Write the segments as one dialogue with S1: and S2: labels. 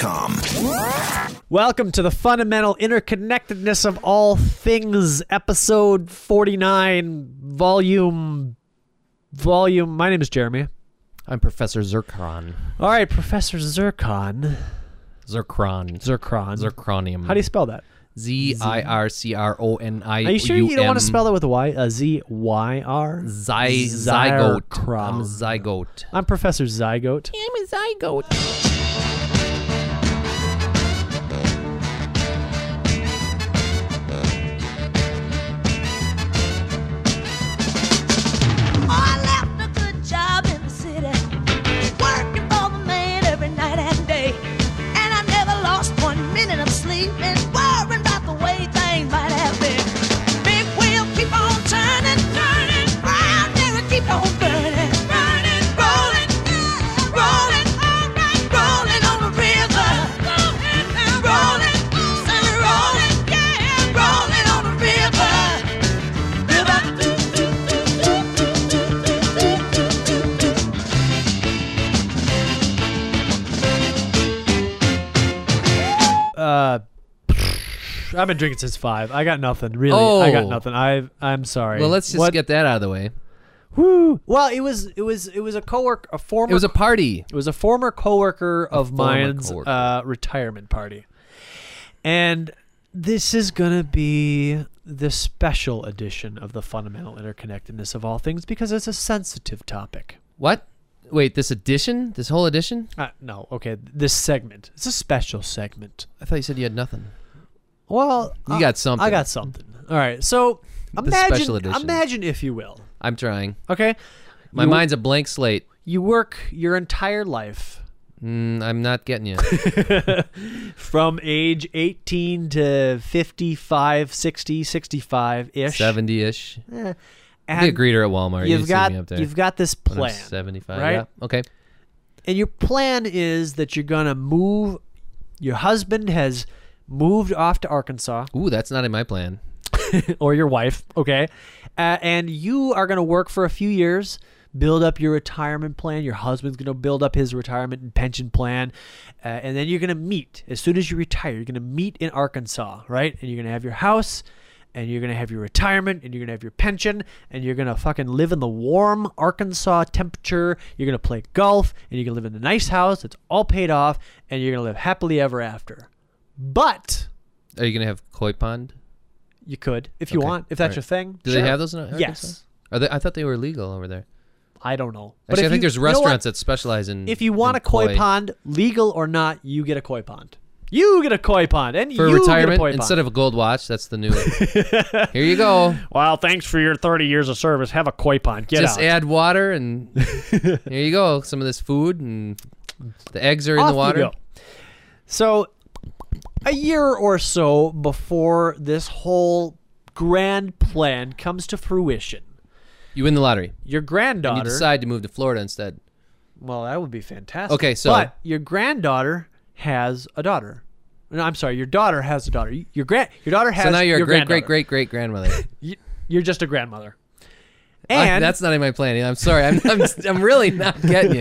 S1: popsyndicate.com.
S2: Welcome to the fundamental interconnectedness of all things, episode 49, volume. Volume. My name is Jeremy.
S3: I'm Professor Zircon.
S2: All right, Professor Zircon.
S3: Zircron.
S2: Zircon.
S3: Zircronium.
S2: How do you spell that?
S3: Z I R C R O N I.
S2: Are you sure you don't want to spell that with a Y? A Z Y R?
S3: Zy- zygote? I'm
S2: Zircron.
S3: zygote.
S2: I'm Professor Zygote.
S3: I'm a zygote.
S4: Oh, I left a good job in the city, working for the man every night and day. And I never lost one minute of sleep and worrying about the way things might have been. Big wheel keep on turning, turning, round there and keep on burning, burning, rolling, rolling, rolling on the river, rolling, say rolling, yeah, rolling on the river.
S2: Uh, I've been drinking since five. I got nothing. Really,
S3: Oh.
S2: I got nothing. I I'm sorry.
S3: Well, let's just
S2: What-
S3: get that out of the way.
S2: Woo. Well, it was it was it was a coworker, a former
S3: It was a party.
S2: It was a former coworker of
S3: former
S2: mine's
S3: coworker.
S2: Uh, retirement party, and this is gonna be the special edition of the fundamental interconnectedness of all things because it's a sensitive topic.
S3: What? Wait, this edition? This whole edition?
S2: Uh, no, okay, this segment. It's a special segment.
S3: I thought you said you had nothing.
S2: Well,
S3: You
S2: I-
S3: got something.
S2: I got something. All right, so
S3: The
S2: imagine,
S3: special edition.
S2: imagine if you will.
S3: I'm trying.
S2: Okay,
S3: My
S2: You-
S3: mind's a blank slate.
S2: you work your entire life
S3: Mm, I'm not getting you.
S2: from age 18 to 55 60 65 ish
S3: 70 ish.
S2: and
S3: Be a greeter at Walmart.
S2: you've
S3: you see
S2: got
S3: me up there.
S2: you've got this
S3: When I'm
S2: plan
S3: 75.
S2: right?
S3: Yeah. Okay.
S2: and your plan is that you're gonna move your husband has moved off to arkansas
S3: Ooh, that's not in my plan.
S2: or your wife okay uh, and you are gonna work for a few years build up your retirement plan your husband's gonna build up his retirement and pension plan uh, and then you're gonna meet as soon as you retire you're gonna meet in arkansas right and you're gonna have your house and you're gonna have your retirement and you're gonna have your pension and you're gonna fucking live in the warm Arkansas temperature. You're gonna play golf and you're gonna live in a nice house that's all paid off and you're gonna live happily ever after. But
S3: Are you going to have koi pond?
S2: you could, if you
S3: Okay,
S2: want, if that's
S3: alright.
S2: your thing.
S3: Do
S2: sure.
S3: they have those in Arkansas?
S2: Yes.
S3: Are they, I thought they were legal over there.
S2: I don't know.
S3: Actually, I
S2: if
S3: think
S2: you-
S3: there's
S2: you know what?
S3: restaurants that specialize in.
S2: if you want
S3: in
S2: a koi, pond, legal or not, you get a koi pond. You get a koi pond, and
S3: for
S2: you get a
S3: retirement
S2: koi
S3: instead
S2: pond.
S3: of a gold watch, that's the new. Here you go.
S2: well, thanks for your thirty years of service. Have a koi pond. Get
S3: Just
S2: out.
S3: add water and here you go. Some of this food and the eggs are in
S2: Off
S3: the
S2: you
S3: water.
S2: go. So, a year or so before this whole grand plan comes to fruition,
S3: You win the lottery.
S2: your
S3: You
S2: granddaughter.
S3: decide to move to Florida instead.
S2: well, that would be fantastic.
S3: Okay, so-
S2: but your granddaughter has a daughter. No, I'm sorry. Your daughter has a daughter. Your grand, your daughter has.
S3: So now you're
S2: your
S3: a great, great,
S2: granddaughter.
S3: great, great grandmother.
S2: Y- You're just a grandmother.
S3: I-
S2: And
S3: that's not in my plan. I'm sorry. I'm, I'm, I'm really not getting you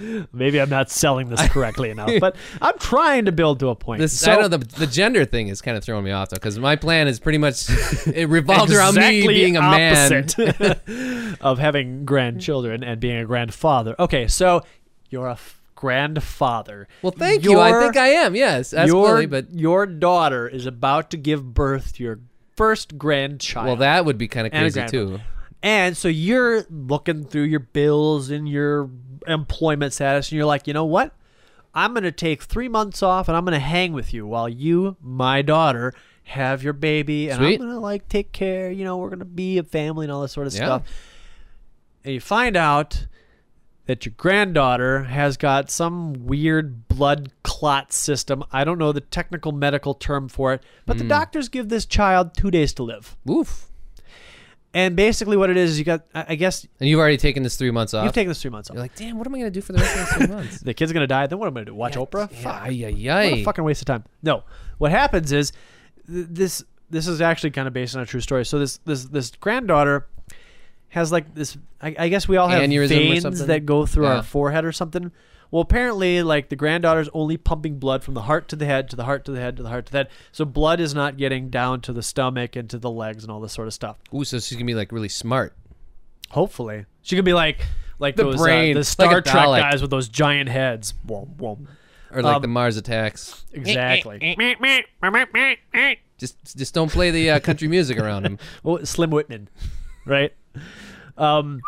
S3: here.
S2: maybe I'm not selling this correctly enough, but I'm trying to build to a point.
S3: This,
S2: So-
S3: I know the, the gender thing is kind of throwing me off though, because my plan is pretty much it revolves around me
S2: Exactly
S3: being a
S2: opposite of having grandchildren and being a grandfather. Okay, so you're a f- grandfather.
S3: man. Well, thank you. I
S2: Your-
S3: think I am. Yes, that's
S2: your,
S3: clearly, but
S2: your daughter is about to give birth to your first grandchild.
S3: well, that would be kind of
S2: And a
S3: crazy
S2: grandma.
S3: too.
S2: And so you're looking through your bills and your employment status, and you're like, you know what? I'm going to take three months off and I'm going to hang with you while you, my daughter, have your baby. And
S3: Sweet.
S2: I'm going to like take care. You know, we're going to be a family and all this sort of
S3: Yeah.
S2: stuff. And you find out that your granddaughter has got some weird blood clot system. I don't know the technical medical term for it, but
S3: Hmm.
S2: the doctors give this child two days to live.
S3: Oof.
S2: And basically, what it is, is you got, I I guess,
S3: And you've already taken this three months off.
S2: you've taken this three months off.
S3: You're like, damn, what am I gonna do for the rest of these three months?
S2: the kid's gonna die. Then what am I gonna do? Watch Oprah? Fuck.
S3: Ay, ay,
S2: What
S3: ay.
S2: a fucking waste of time. No. What happens is th- this. This is actually kind of based on a true story. So this this this granddaughter has like this. I, I guess we all have
S3: Aneurysm or
S2: veins
S3: something?
S2: that go through
S3: Yeah.
S2: our forehead or something. Well, apparently, like the granddaughter's only pumping blood from the heart to the head, to the heart to the head, to the heart to the head. So blood is not getting down to the stomach and to the legs and all this sort of stuff.
S3: Ooh, so she's gonna be like really smart.
S2: Hopefully, she could be like like
S3: The
S2: those,
S3: brain,
S2: uh, the
S3: like
S2: Star
S3: a
S2: Trek
S3: Dalek.
S2: guys with those giant heads. Womp, womp.
S3: Or like
S2: Um,
S3: the Mars attacks. Eh,
S2: Exactly.
S3: Just just don't play the uh, country music around him.
S2: well, Slim Whitman, right? Um,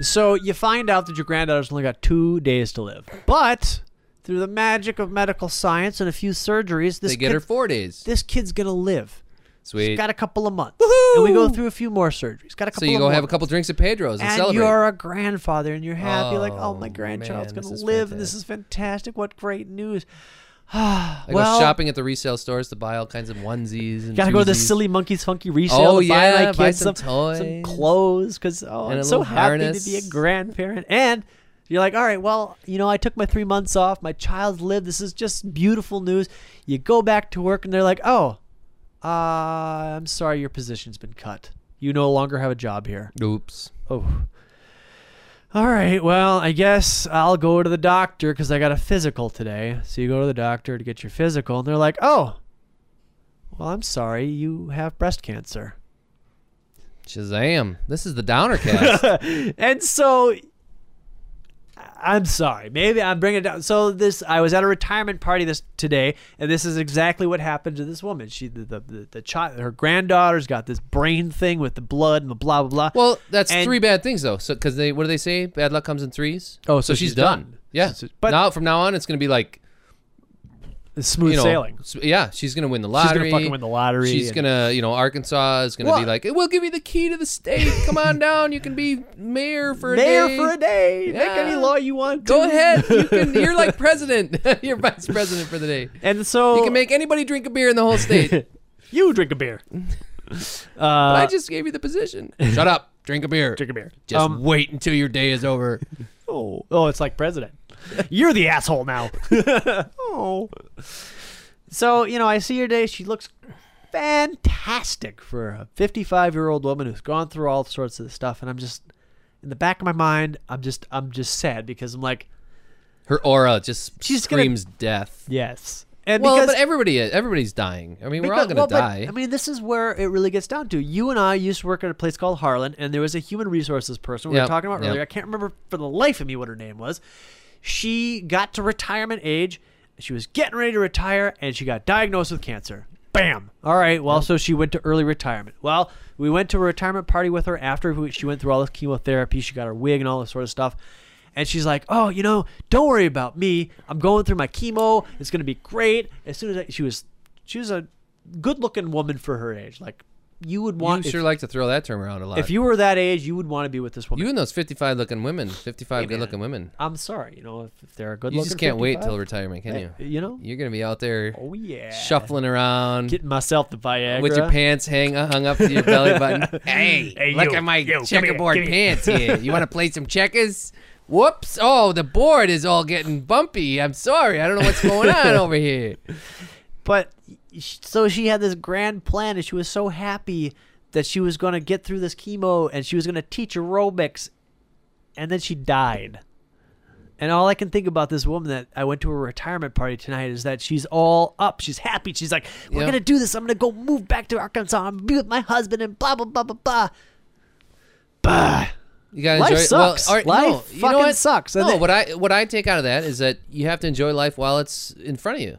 S2: so you find out that your granddaughter's only got two days to live, but through the magic of medical science and a few surgeries, this
S3: They get
S2: kid-
S3: her four days.
S2: This kid's gonna live.
S3: Sweet.
S2: Got a couple of months, and we go through a few more surgeries. Got a
S3: So
S2: couple.
S3: you
S2: of
S3: go have a
S2: months.
S3: couple drinks at Pedro's and,
S2: And
S3: celebrate.
S2: you're a grandfather, and you're happy, like, oh,
S3: Oh,
S2: my grandchild's
S3: man,
S2: gonna
S3: this is
S2: live, and this is fantastic. What great news!
S3: I
S2: well-
S3: go shopping at the resale stores to buy all kinds of onesies and
S2: Gotta go to the
S3: twosies.
S2: silly monkeys funky resale.
S3: Oh,
S2: to buy
S3: yeah,
S2: my
S3: buy
S2: kids
S3: some
S2: some
S3: toys.
S2: clothes, because oh,
S3: And a
S2: I'm so
S3: little
S2: happy
S3: harness.
S2: to be a grandparent. And you're like, all right, well, you know, I took my three months off. My child's lived. This is just beautiful news. You go back to work, and they're like, oh, uh, I'm sorry, your position's been cut. You no longer have a job here.
S3: Oops.
S2: Oh. All right. Well, I guess I'll go to the doctor because I got a physical today. So you go to the doctor to get your physical, and they're like, "Oh, well, I'm sorry, you have breast cancer."
S3: Shazam. This is the downer cast.
S2: and so I'm sorry. Maybe I'm bringing it down. So this, I was at a retirement party this today, and this is exactly what happened to this woman. She, the the, the, the child, her granddaughter's got this brain thing with the blood and the blah blah blah.
S3: well, that's
S2: And-
S3: three bad things though. So because they what do they say? Bad luck comes in threes.
S2: Oh, so
S3: so, she's,
S2: she's
S3: done.
S2: done.
S3: Yeah.
S2: So- so- but-
S3: but now from now on, it's gonna be like
S2: It's smooth
S3: you know,
S2: sailing.
S3: s- Yeah, she's gonna win the
S2: She's gonna
S3: lottery.
S2: fucking win the lottery.
S3: She's
S2: and-
S3: gonna, you know, Arkansas is gonna
S2: Well-
S3: be like, we'll give you the key to the state. Come on down. You can be mayor for a
S2: mayor
S3: day.
S2: for a day. Make any
S3: Yeah.
S2: law you want.
S3: Go
S2: to.
S3: ahead. You can. You're like president. you're vice president for the day.
S2: And so
S3: You can make anybody drink a beer in the whole state.
S2: you drink a beer. Uh,
S3: I just gave you the position. Shut up. Drink a beer.
S2: drink a beer.
S3: Just
S2: Um,
S3: wait until your day is over.
S2: oh, oh, it's like president. You're the asshole now. oh. So you know, I see her today. She looks fantastic for a 55 year old woman who's gone through all sorts of stuff, and I'm just in the back of my mind, I'm just, I'm just sad because I'm like,
S3: Her aura just
S2: She's gonna-
S3: screams death.
S2: yes. And
S3: Well,
S2: because
S3: but everybody is. Everybody's dying. I mean, we're all
S2: Because-
S3: gonna
S2: well, but,
S3: die.
S2: I mean, this is where it really gets down to. You and I used to work at a place called Harlan, and there was a human resources person we were
S3: Yep,
S2: talking about
S3: yep.
S2: earlier. I can't remember for the life of me what her name was. She got to retirement age. She was getting ready to retire, and she got diagnosed with cancer. Bam. All right. Well, so she went to early retirement. Well, we went to a retirement party with her after we- she went through all this chemotherapy. She got her wig and all this sort of stuff. And she's like, "Oh, you know, don't worry about me. I'm going through my chemo. It's gonna be great." As soon as I, she was, she was a good-looking woman for her age. Like, you would
S3: you
S2: want
S3: sure
S2: if,
S3: like to throw that term around a lot.
S2: if you were that age, you would want to be with this woman.
S3: you and those 55 looking women, 55
S2: man.
S3: good looking women,
S2: I'm sorry, you know, if, if they're a good-looking,
S3: you just can't wait
S2: 55,
S3: till retirement, can you?
S2: You know?
S3: You're gonna be out there
S2: Oh yeah.
S3: shuffling around
S2: Getting myself the Viagra.
S3: with your pants hang uh, hung up to your belly button. hey,
S2: Hey,
S3: look
S2: you,
S3: at my
S2: you, come here,
S3: checkerboard
S2: come here.
S3: pants here. You want to play some checkers? Whoops! Oh, the board is all getting bumpy. I'm sorry. I don't know what's going on over here.
S2: But so she had this grand plan, and she was so happy that she was going to get through this chemo, and she was going to teach aerobics, and then she died. And all I can think about this woman that I went to a retirement party tonight is that she's all up. She's happy. She's like, "We're
S3: Yeah.
S2: gonna do this. I'm gonna go move back to Arkansas. I'm gonna be with my husband and blah blah blah blah blah." Bah.
S3: You gotta
S2: Life
S3: enjoy.
S2: sucks.
S3: Well, all right,
S2: Life
S3: no, you know
S2: fucking
S3: what?
S2: sucks. And
S3: No,
S2: they-
S3: what I what I take out of that is that you have to enjoy life while it's in front of you.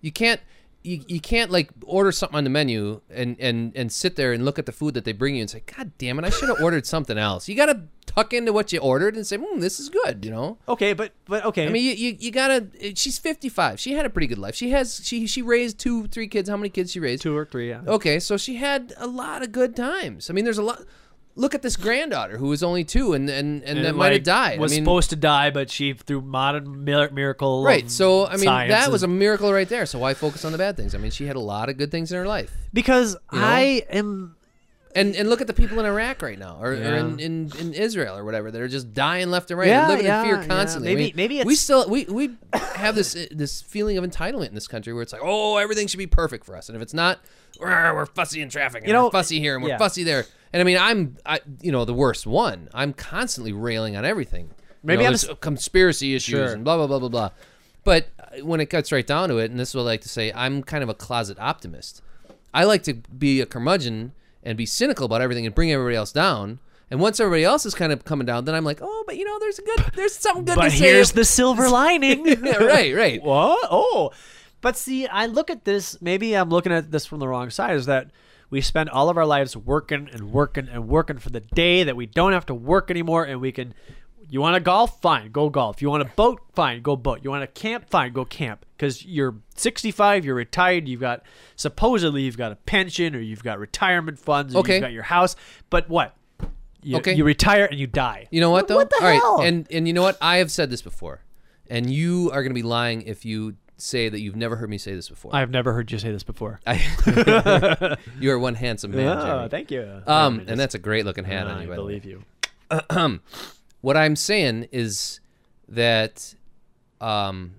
S3: You can't you, you can't like order something on the menu and and and sit there and look at the food that they bring you and say, God damn it, I should have ordered something else. You gotta tuck into what you ordered and say, Hmm, this is good. You know.
S2: Okay, but but okay.
S3: I mean, you, you, you gotta. She's fifty five. She had a pretty good life. She has. She she raised two, three kids. How many kids she raised?
S2: two or three. Yeah.
S3: Okay, so she had a lot of good times. I mean, there's a lot. Look at this granddaughter who was only two and and, and, that might have died.
S2: Was
S3: I mean,
S2: supposed to die, but she through modern mir- miracle.
S3: right.
S2: of
S3: So I mean,
S2: science
S3: that
S2: and-
S3: was a miracle right there. So why focus on the bad things? I mean, she had a lot of good things in her life.
S2: because
S3: know?
S2: I am
S3: And and look at the people in Iraq right now, or, or
S2: Yeah.
S3: in, in, in Israel or whatever. They're just dying left and right,
S2: Yeah,
S3: and living
S2: yeah,
S3: in fear
S2: yeah.
S3: constantly. I
S2: Maybe-
S3: mean,
S2: maybe
S3: we
S2: it's-
S3: still we we have this this feeling of entitlement in this country where it's like, oh, everything should be perfect for us, and if it's not, "Rah, we're fussy in traffic, and
S2: You know,
S3: we're fussy here, and we're
S2: yeah.
S3: fussy there. And I mean, I'm I you know the worst one. I'm constantly railing on everything.
S2: Maybe
S3: know,
S2: I'm
S3: there's
S2: s-
S3: conspiracy issues
S2: Sure.
S3: and blah blah blah blah blah. But uh, when it cuts right down to it, and this is what I like to say, I'm kind of a closet optimist. I like to be a curmudgeon and be cynical about everything and bring everybody else down. And once everybody else is kind of coming down, then I'm like, oh, but you know, there's a good, there's something good
S2: But
S3: to say.
S2: here's the silver lining.
S3: yeah, right, right.
S2: What? Oh. But see, I look at this, maybe I'm looking at this from the wrong side, is that we spend all of our lives working and working and working for the day that we don't have to work anymore and we can you want to golf? Fine, go golf. You want to boat? Fine, go boat. You want to camp? Fine, go camp. Because you're 65, you're retired, you've got supposedly you've got a pension or you've got retirement funds, or
S3: Okay.
S2: you've got your house. But what? You,
S3: Okay.
S2: you retire and you die.
S3: You know what though?
S2: What the
S3: All right,
S2: hell?
S3: and and you know what? I have said this before, and you are going to be lying if you say that you've never heard me say this before.
S2: I've never heard you say this before.
S3: I- you are one handsome man,
S2: oh,
S3: Jeremy.
S2: thank you.
S3: Um,
S2: Wait a minute.
S3: and that's a great looking hat on
S2: I
S3: you. By the way.
S2: believe you.
S3: What I'm saying is that um,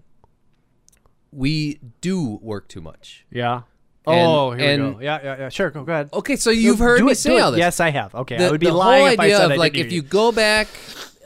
S3: we do work too much.
S2: Yeah.
S3: And-
S2: oh, here we
S3: and-
S2: go. Yeah, yeah, yeah. Sure, go, go ahead.
S3: Okay, so you've heard
S2: do
S3: me
S2: it, do
S3: say
S2: it.
S3: all this.
S2: Yes, I have. Okay,
S3: the,
S2: I would be
S3: the
S2: lying
S3: whole
S2: if I
S3: idea
S2: said
S3: of
S2: I
S3: like
S2: didn't
S3: if
S2: hear
S3: you go back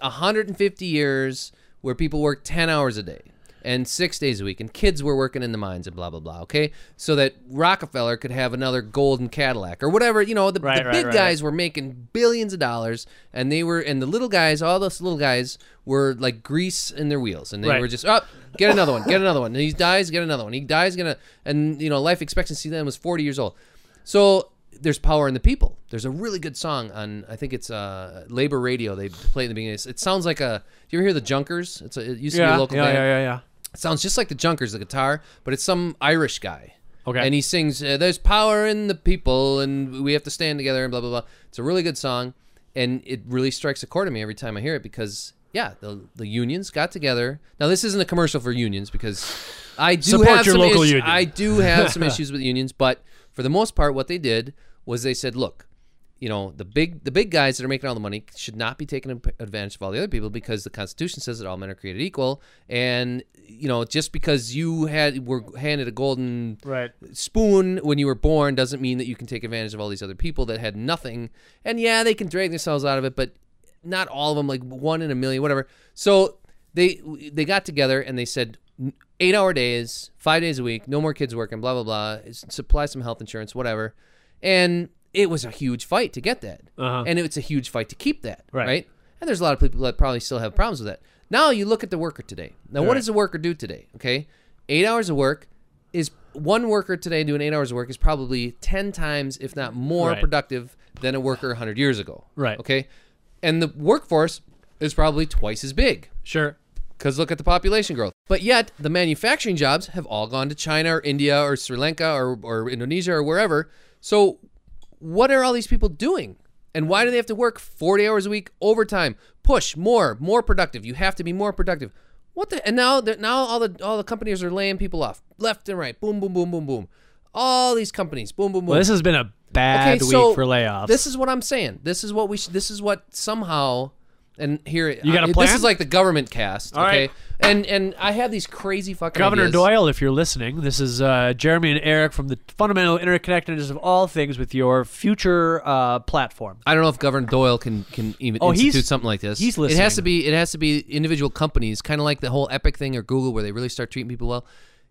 S3: 150 years where people work 10 hours a day and six days a week and kids were working in the mines and blah blah blah okay so that rockefeller could have another golden cadillac or whatever you know the,
S2: Right,
S3: the
S2: right,
S3: big
S2: right.
S3: guys were making billions of dollars and they were and the little guys all those little guys were like grease in their wheels and they
S2: Right.
S3: were just up oh, get another one get another one and he dies get another one he dies gonna and you know life expectancy then was 40 years old so there's power in the people. There's a really good song on I think it's uh, Labor Radio. They play in the beginning. It's- It sounds like a. Do you ever hear the Junkers? It's a, it used to be
S2: Yeah,
S3: a local
S2: yeah,
S3: band.
S2: yeah, yeah, yeah.
S3: It sounds just like the Junkers, the guitar, but it's some Irish guy.
S2: Okay.
S3: And he sings, uh, "There's power in the people, and we have to stand together," and blah blah blah. It's a really good song, and it really strikes a chord in me every time I hear it because yeah, the the unions got together. Now this isn't a commercial for unions because I do
S2: Support
S3: have
S2: your
S3: some
S2: local
S3: issues-
S2: union.
S3: I do have some issues with unions, but for the most part, what they did was they said, "Look." You know the big the big guys that are making all the money should not be taking ap- advantage of all the other people because the Constitution says that all men are created equal, and you know just because you had were handed a golden
S2: Right.
S3: spoon when you were born doesn't mean that you can take advantage of all these other people that had nothing. And yeah, they can drag themselves out of it, but not all of them. Like one in a million, whatever. So they they got together and they said eight hour days, five days a week, no more kids working, blah blah blah. s- Supply some health insurance, whatever. And it was a huge fight to get that,
S2: Uh-huh.
S3: and it's a huge fight to keep that,
S2: Right.
S3: right? And there's a lot of people that probably still have problems with that. Now you look at the worker today. Now what
S2: Right.
S3: does the worker do today? Okay, eight hours of work is one worker today doing eight hours of work is probably ten times, if not more,
S2: Right.
S3: productive than a worker hundred years ago.
S2: Right.
S3: Okay, and the workforce is probably twice as big
S2: Sure.
S3: because look at the population growth. But yet, the manufacturing jobs have all gone to China or India or Sri Lanka or, or Indonesia or wherever. So, what are all these people doing? And why do they have to work 40 hours a week overtime? Push more, more productive. You have to be more productive. What the? And now, that now all the all the companies are laying people off left and right. Boom, boom, boom, boom, boom. All these companies. Boom, boom, boom.
S2: Well, this has been a bad week
S3: so
S2: for layoffs.
S3: This is what I'm saying. This is what we. Sh- this is what somehow. And here
S2: You got a plan?
S3: This is like the government cast.
S2: All
S3: okay.
S2: right.
S3: And and I have these crazy fucking
S2: Governor
S3: ideas.
S2: Doyle, if you're listening, this is uh, Jeremy and Eric from the Fundamental Interconnectedness of All Things with your future uh, platform.
S3: I don't know if Governor Doyle can can even
S2: Oh,
S3: institute
S2: he's-
S3: something like this.
S2: he's
S3: It has
S2: listening.
S3: to be it has to be individual companies, kind of like the whole Epic thing or Google, where they really start treating people well.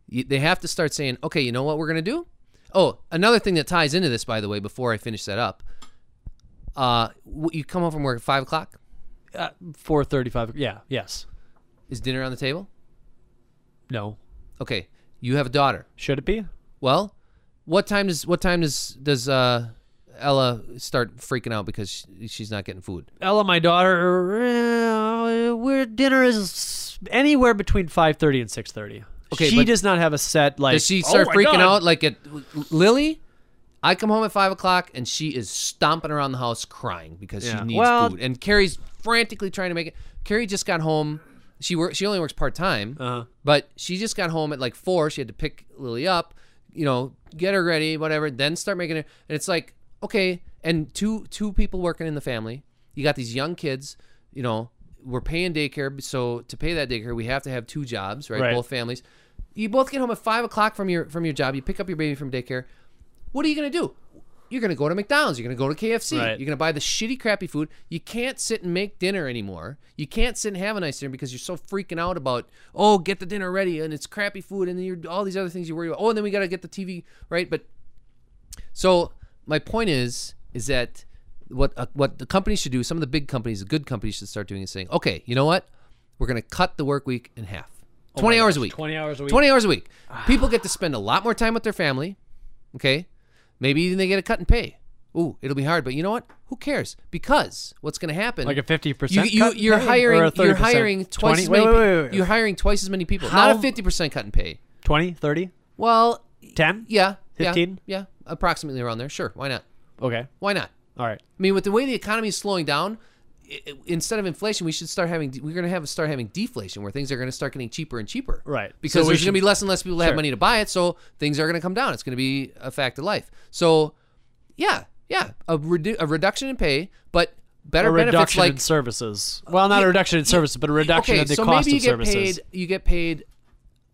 S3: You, they have to start saying, okay, you know what we're gonna do. Oh, another thing that ties into this, by the way, before I finish that up, uh, w- you come home from work at five o'clock.
S2: Uh, 435. Yeah, yes.
S3: Is dinner on the table?
S2: No.
S3: Okay, you have a daughter.
S2: Should it be?
S3: Well, what time does what time does does uh, Ella start freaking out because she, she's not getting food?
S2: Ella, my daughter, uh, we're, dinner is anywhere between 5.30 and 6.30.
S3: Okay,
S2: she
S3: but-
S2: does not have a set like.
S3: Does she start
S2: "Oh my
S3: freaking
S2: God."
S3: out like at Lily? I come home at five o'clock and she is stomping around the house crying because
S2: Yeah.
S3: she needs
S2: Well-
S3: food. And Carrie's frantically trying to make it. Carrie just got home. She work. She only works part time,
S2: Uh-huh.
S3: but she just got home at like four. She had to pick Lily up, you know, get her ready, whatever. Then start making it. And it's like okay, and two two people working in the family. You got these young kids, you know. We're paying daycare, so to pay that daycare, we have to have two jobs,
S2: Right.
S3: right. Both families. You both get home at five o'clock from your from your job. You pick up your baby from daycare. What are you gonna do? you're going to go to McDonald's. You're going to go to KFC.
S2: Right.
S3: You're going to buy the shitty, crappy food. You can't sit and make dinner anymore. You can't sit and have a nice dinner because you're so freaking out about, oh, get the dinner ready and it's crappy food and then you're, all these other things you worry about. Oh, and then we got to get the TV, right? But so my point is, is that what uh, what the companies should do, some of the big companies, the good companies should start doing is saying, okay, you know what? We're going to cut the work week in half. 20 hours a week.
S2: 20 hours a week. Ah.
S3: 20 hours a week. People get to spend a lot more time with their family. Okay. Maybe even they get a cut in pay. Ooh, it'll be hard, but you know what? Who cares? Because what's going to happen?
S2: Like a 50%
S3: You, you
S2: cut in
S3: you're
S2: pay or a
S3: hiring. You're
S2: 30%?
S3: hiring
S2: 20?
S3: twice as many.
S2: Wait,
S3: pe-
S2: wait, wait, wait.
S3: You're hiring twice as many people. Not
S2: How-
S3: a fifty percent cut in pay.
S2: 20, 30,
S3: Well,
S2: 10?
S3: yeah, yeah,
S2: 15?
S3: yeah, approximately around there. Sure, why not?
S2: Okay.
S3: Why not?
S2: All right.
S3: I mean, with the way the economy is slowing down, i i- instead of inflation, we should start having we're going to have start having deflation where things are going to start getting cheaper and cheaper.
S2: Right.
S3: Because
S2: So we
S3: there's going to
S2: should-
S3: be less and less people that
S2: Sure.
S3: have money to buy it, so things are going to come down. It's going to be a fact of life. So, yeah, yeah, a, redu- a reduction in pay, but better
S2: A
S3: benefits
S2: reduction
S3: like
S2: in services. Well, not a reduction in services, but a reduction
S3: okay,
S2: in the
S3: so
S2: cost
S3: maybe you
S2: of
S3: get
S2: services.
S3: paid you get paid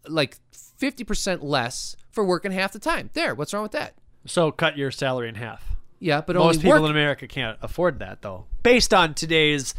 S3: like fifty percent less for working half the time. There, what's wrong with that?
S2: So cut your salary in half.
S3: Yeah, but
S2: Most
S3: only
S2: people in
S3: work
S2: America can't afford that though. Based on today's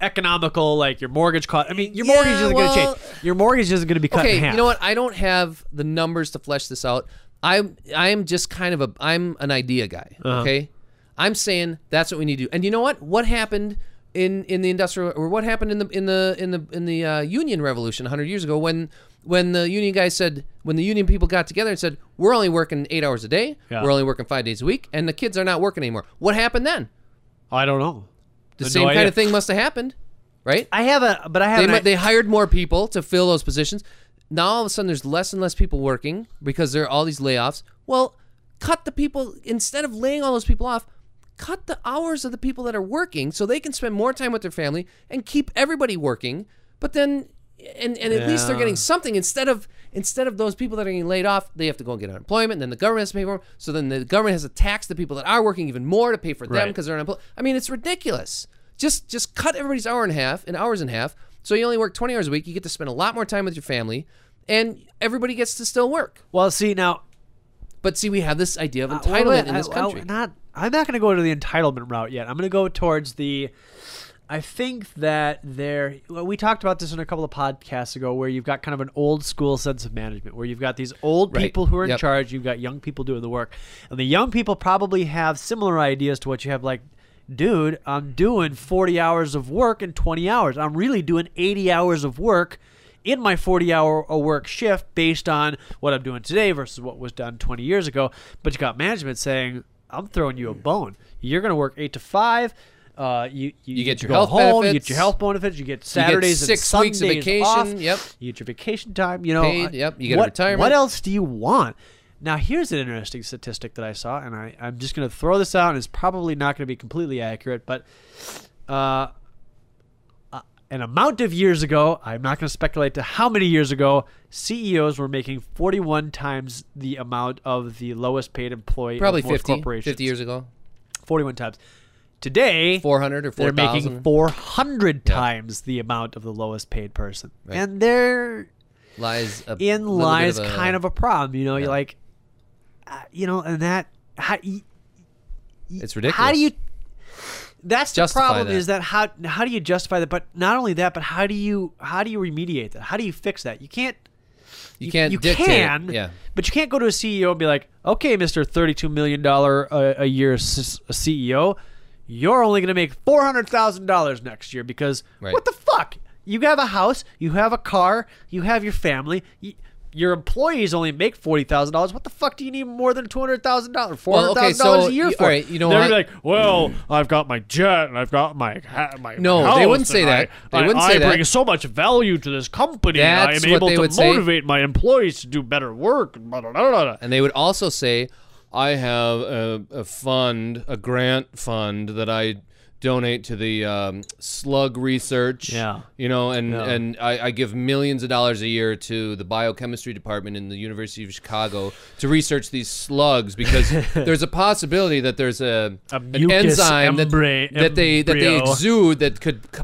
S2: economical, like your mortgage cost. I mean, your mortgage
S3: Yeah,
S2: isn't
S3: well-
S2: going to change. Your mortgage isn't going to be cut
S3: okay,
S2: in half.
S3: you know what? I don't have the numbers to flesh this out. I'm I'm just kind of a I'm an idea guy.
S2: Uh-huh.
S3: Okay, I'm saying that's what we need to do. And you know what? What happened in in the industrial or what happened in the in the in the in the uh, union revolution 100 years ago when when the union guys said when the union people got together and said we're only working eight hours a day,
S2: Yeah.
S3: we're only working five days a week, and the kids are not working anymore. What happened then?
S2: I don't know.
S3: The
S2: No
S3: same kind
S2: idea.
S3: of thing must have happened, right?
S2: I have a, but I have.
S3: they,
S2: an
S3: mu-
S2: i-
S3: they hired more people to fill those positions. Now all of a sudden there's less and less people working because there are all these layoffs. Well, cut the people instead of laying all those people off. Cut the hours of the people that are working so they can spend more time with their family and keep everybody working. But then, and, and at least they're
S2: Yeah.
S3: getting something instead of instead of those people that are getting laid off, they have to go and get unemployment. And then the government has to pay for them. So then the government has to tax the people that are working even more to pay for them
S2: Right.
S3: because they're unemployed. I mean, it's ridiculous. Just just cut everybody's hour and a half and hours in half. So you only work 20 hours a week. You get to spend a lot more time with your family, and everybody gets to still work.
S2: well, see now,
S3: But see, we have this idea of
S2: Uh, Well,
S3: entitlement
S2: wait,
S3: in this
S2: I- I-
S3: country.
S2: not, I'm not going to go to the entitlement route yet. I'm going to go towards the. I think that there. Well, we talked about this in a couple of podcasts ago, where you've got kind of an old school sense of management, where you've got these old
S3: Right.
S2: people who are in
S3: Yep.
S2: charge, you've got young people doing the work, and the young people probably have similar ideas to what you have, like. Dude, I'm doing 40 hours of work in 20 hours. I'm really doing 80 hours of work in my 40 hour a work shift based on what I'm doing today versus what was done 20 years ago. But you got management saying, I'm throwing you a bone. You're going to work eight to five. Uh, you, you,
S3: You get
S2: you
S3: your
S2: go
S3: health
S2: home, You
S3: benefits.
S2: get your health benefits. You get Saturdays
S3: six
S2: and
S3: weeks of
S2: Sundays
S3: vacation,
S2: off,
S3: yep.
S2: You get your vacation time. You know,
S3: Paid,
S2: I-
S3: yep, you get a
S2: what,
S3: retirement.
S2: What else do you want? Now, here's an interesting statistic that I saw, and I, I'm just going to throw this out, and it's probably not going to be completely accurate, but uh, an amount of years ago, I'm not going to speculate to how many years ago, CEOs were making 41 times the amount of the lowest paid employee
S3: Probably
S2: of most
S3: 50,
S2: corporations.
S3: 50 years ago,
S2: 41 times. Today,
S3: 400 or
S2: they're
S3: 4,000.
S2: making 400 times the amount of the lowest paid person.
S3: Right.
S2: And there
S3: lies a
S2: in
S3: little bit
S2: lies
S3: of a-
S2: kind of a problem, you know,
S3: Yeah.
S2: you're like uh, you know, and that how, y-
S3: it's ridiculous.
S2: how do you? That's the
S3: Justify
S2: problem.
S3: that.
S2: Is that how how do you justify that? But not only that, but how do you how do you remediate that? How do you fix that? You can't.
S3: you can't
S2: You
S3: dictate it.
S2: can.
S3: Yeah.
S2: But you can't go to a CEO and be like, okay, Mister thirty-two million dollar a year s- CEO, you're only going to make four hundred thousand dollars next year because
S3: Right.
S2: what the fuck? You have a house, you have a car, you have your family. You, your employees only make forty thousand dollars. What the fuck do you need more than two hundred thousand dollars, four
S3: Well,
S2: hundred
S3: okay,
S2: thousand dollars
S3: so
S2: a year
S3: you-
S2: for?
S3: all right, you know
S2: They're
S3: what?
S2: like, well, I've got my jet and I've got my ha- my
S3: No,
S2: house
S3: they wouldn't say
S2: and
S3: that. They
S2: I,
S3: wouldn't
S2: I
S3: say that.
S2: bring so much value to this company.
S3: That's
S2: I am
S3: what
S2: able
S3: they
S2: to
S3: would say.
S2: motivate my employees to do better work. and blah, blah, blah, blah, blah."
S3: And they would also say, I have a, a fund, a grant fund that I donate to the um, slug research.
S2: Yeah.
S3: You know, and
S2: Yeah.
S3: and I, I give millions of dollars a year to the biochemistry department in the University of Chicago to research these slugs because there's a possibility that there's a,
S2: A
S3: an
S2: mucus
S3: enzyme that,
S2: embry-
S3: that they that they
S2: embryo.
S3: exude that could c-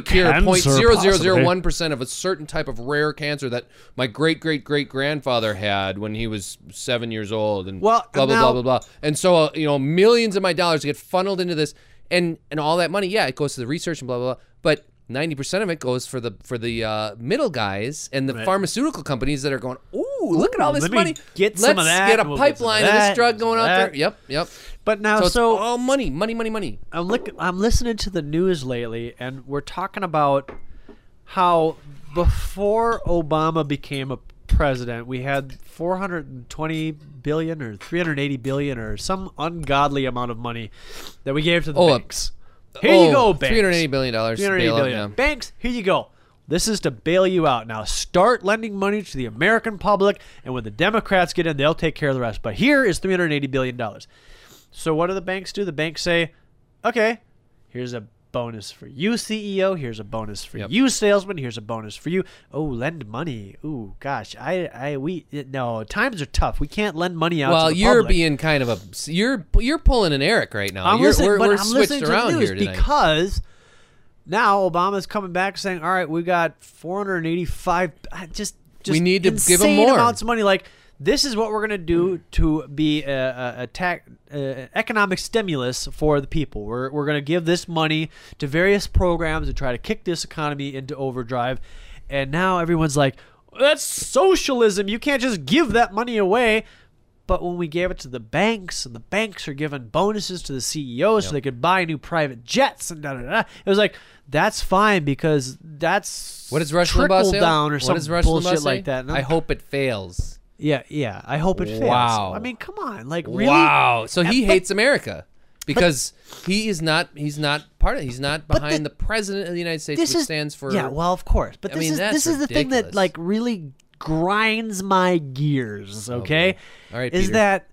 S2: Cure
S3: cure
S2: cancer,
S3: point zero zero zero one percent of a certain type of rare cancer that my great great great grandfather had when he was seven years old and
S2: Well,
S3: blah blah
S2: now-
S3: blah blah blah. And so uh, you know, millions of my dollars get funneled into this, and and all that money, yeah, it goes to the research and blah blah. blah but ninety percent of it goes for the for the uh, middle guys and the pharmaceutical companies that are going, ooh, look at all this
S2: let me
S3: money.
S2: get
S3: Let's
S2: some of that,
S3: get a
S2: and we'll get some of
S3: pipeline
S2: that,
S3: this drug
S2: and
S3: going out
S2: that."
S3: there. Yep, yep.
S2: But now, so,
S3: So, it's all money, money, money, money.
S2: I'm look, I'm listening to the news lately, and we're talking about how before Obama became a president, we had 420 billion or 380 billion or some ungodly amount of money that we gave to the
S3: Oh, uh,
S2: banks. Here you go, banks.
S3: Oh, Three hundred eighty billion dollars.
S2: 380 billion.
S3: Yeah.
S2: Banks, here you go. This is to bail you out. Now start lending money to the American public, and when the Democrats get in, they'll take care of the rest. But here is three hundred eighty billion dollars. So what do the banks do? The banks say, "Okay, here's a bonus for you, CEO. Here's a bonus for
S3: Yep.
S2: you, salesman. Here's a bonus for you. Oh, lend money. Ooh, gosh, I, I, we, no, times are tough. We can't lend money out.
S3: Well,
S2: to the
S3: you're
S2: public.
S3: being kind of a you're you're pulling an Eric right now.
S2: I'm
S3: you're,
S2: listening,
S3: we're,
S2: but
S3: we're
S2: I'm
S3: switched
S2: listening to
S3: around
S2: the news
S3: here tonight.
S2: because now Obama's coming back saying, "All right, we got 485. I uh, Just, just
S3: We need to give 'em
S2: insane
S3: more.
S2: amounts of money. Like this is what we're gonna do to be a, a, a tax, uh economic stimulus for the people. We're we're gonna give this money to various programs and try to kick this economy into overdrive. And now everyone's like, "That's socialism. You can't just give that money away." But when we gave it to the banks, and the banks are giving bonuses to the CEOs so they could buy new private jets, and da da da, it was like that's fine because that's
S3: What does Rush
S2: trickle
S3: Limbaugh say?
S2: down or
S3: what
S2: some
S3: does Rush
S2: bullshit
S3: Limbaugh say?
S2: like that. And
S3: I
S2: I'm-
S3: hope it fails.
S2: yeah, yeah. I hope it fails.
S3: Wow.
S2: I mean, come on, like really?
S3: Wow. So he
S2: And- but-
S3: hates America because he is not he's not part of he's not behind the, president of the United States,
S2: This
S3: which
S2: is
S3: stands for
S2: yeah. Well, of course, but
S3: I
S2: this
S3: mean,
S2: is
S3: that's
S2: this is the thing that
S3: ridiculous.
S2: like really grinds my gears. Okay,
S3: Oh, boy. All right,
S2: is
S3: Peter.
S2: that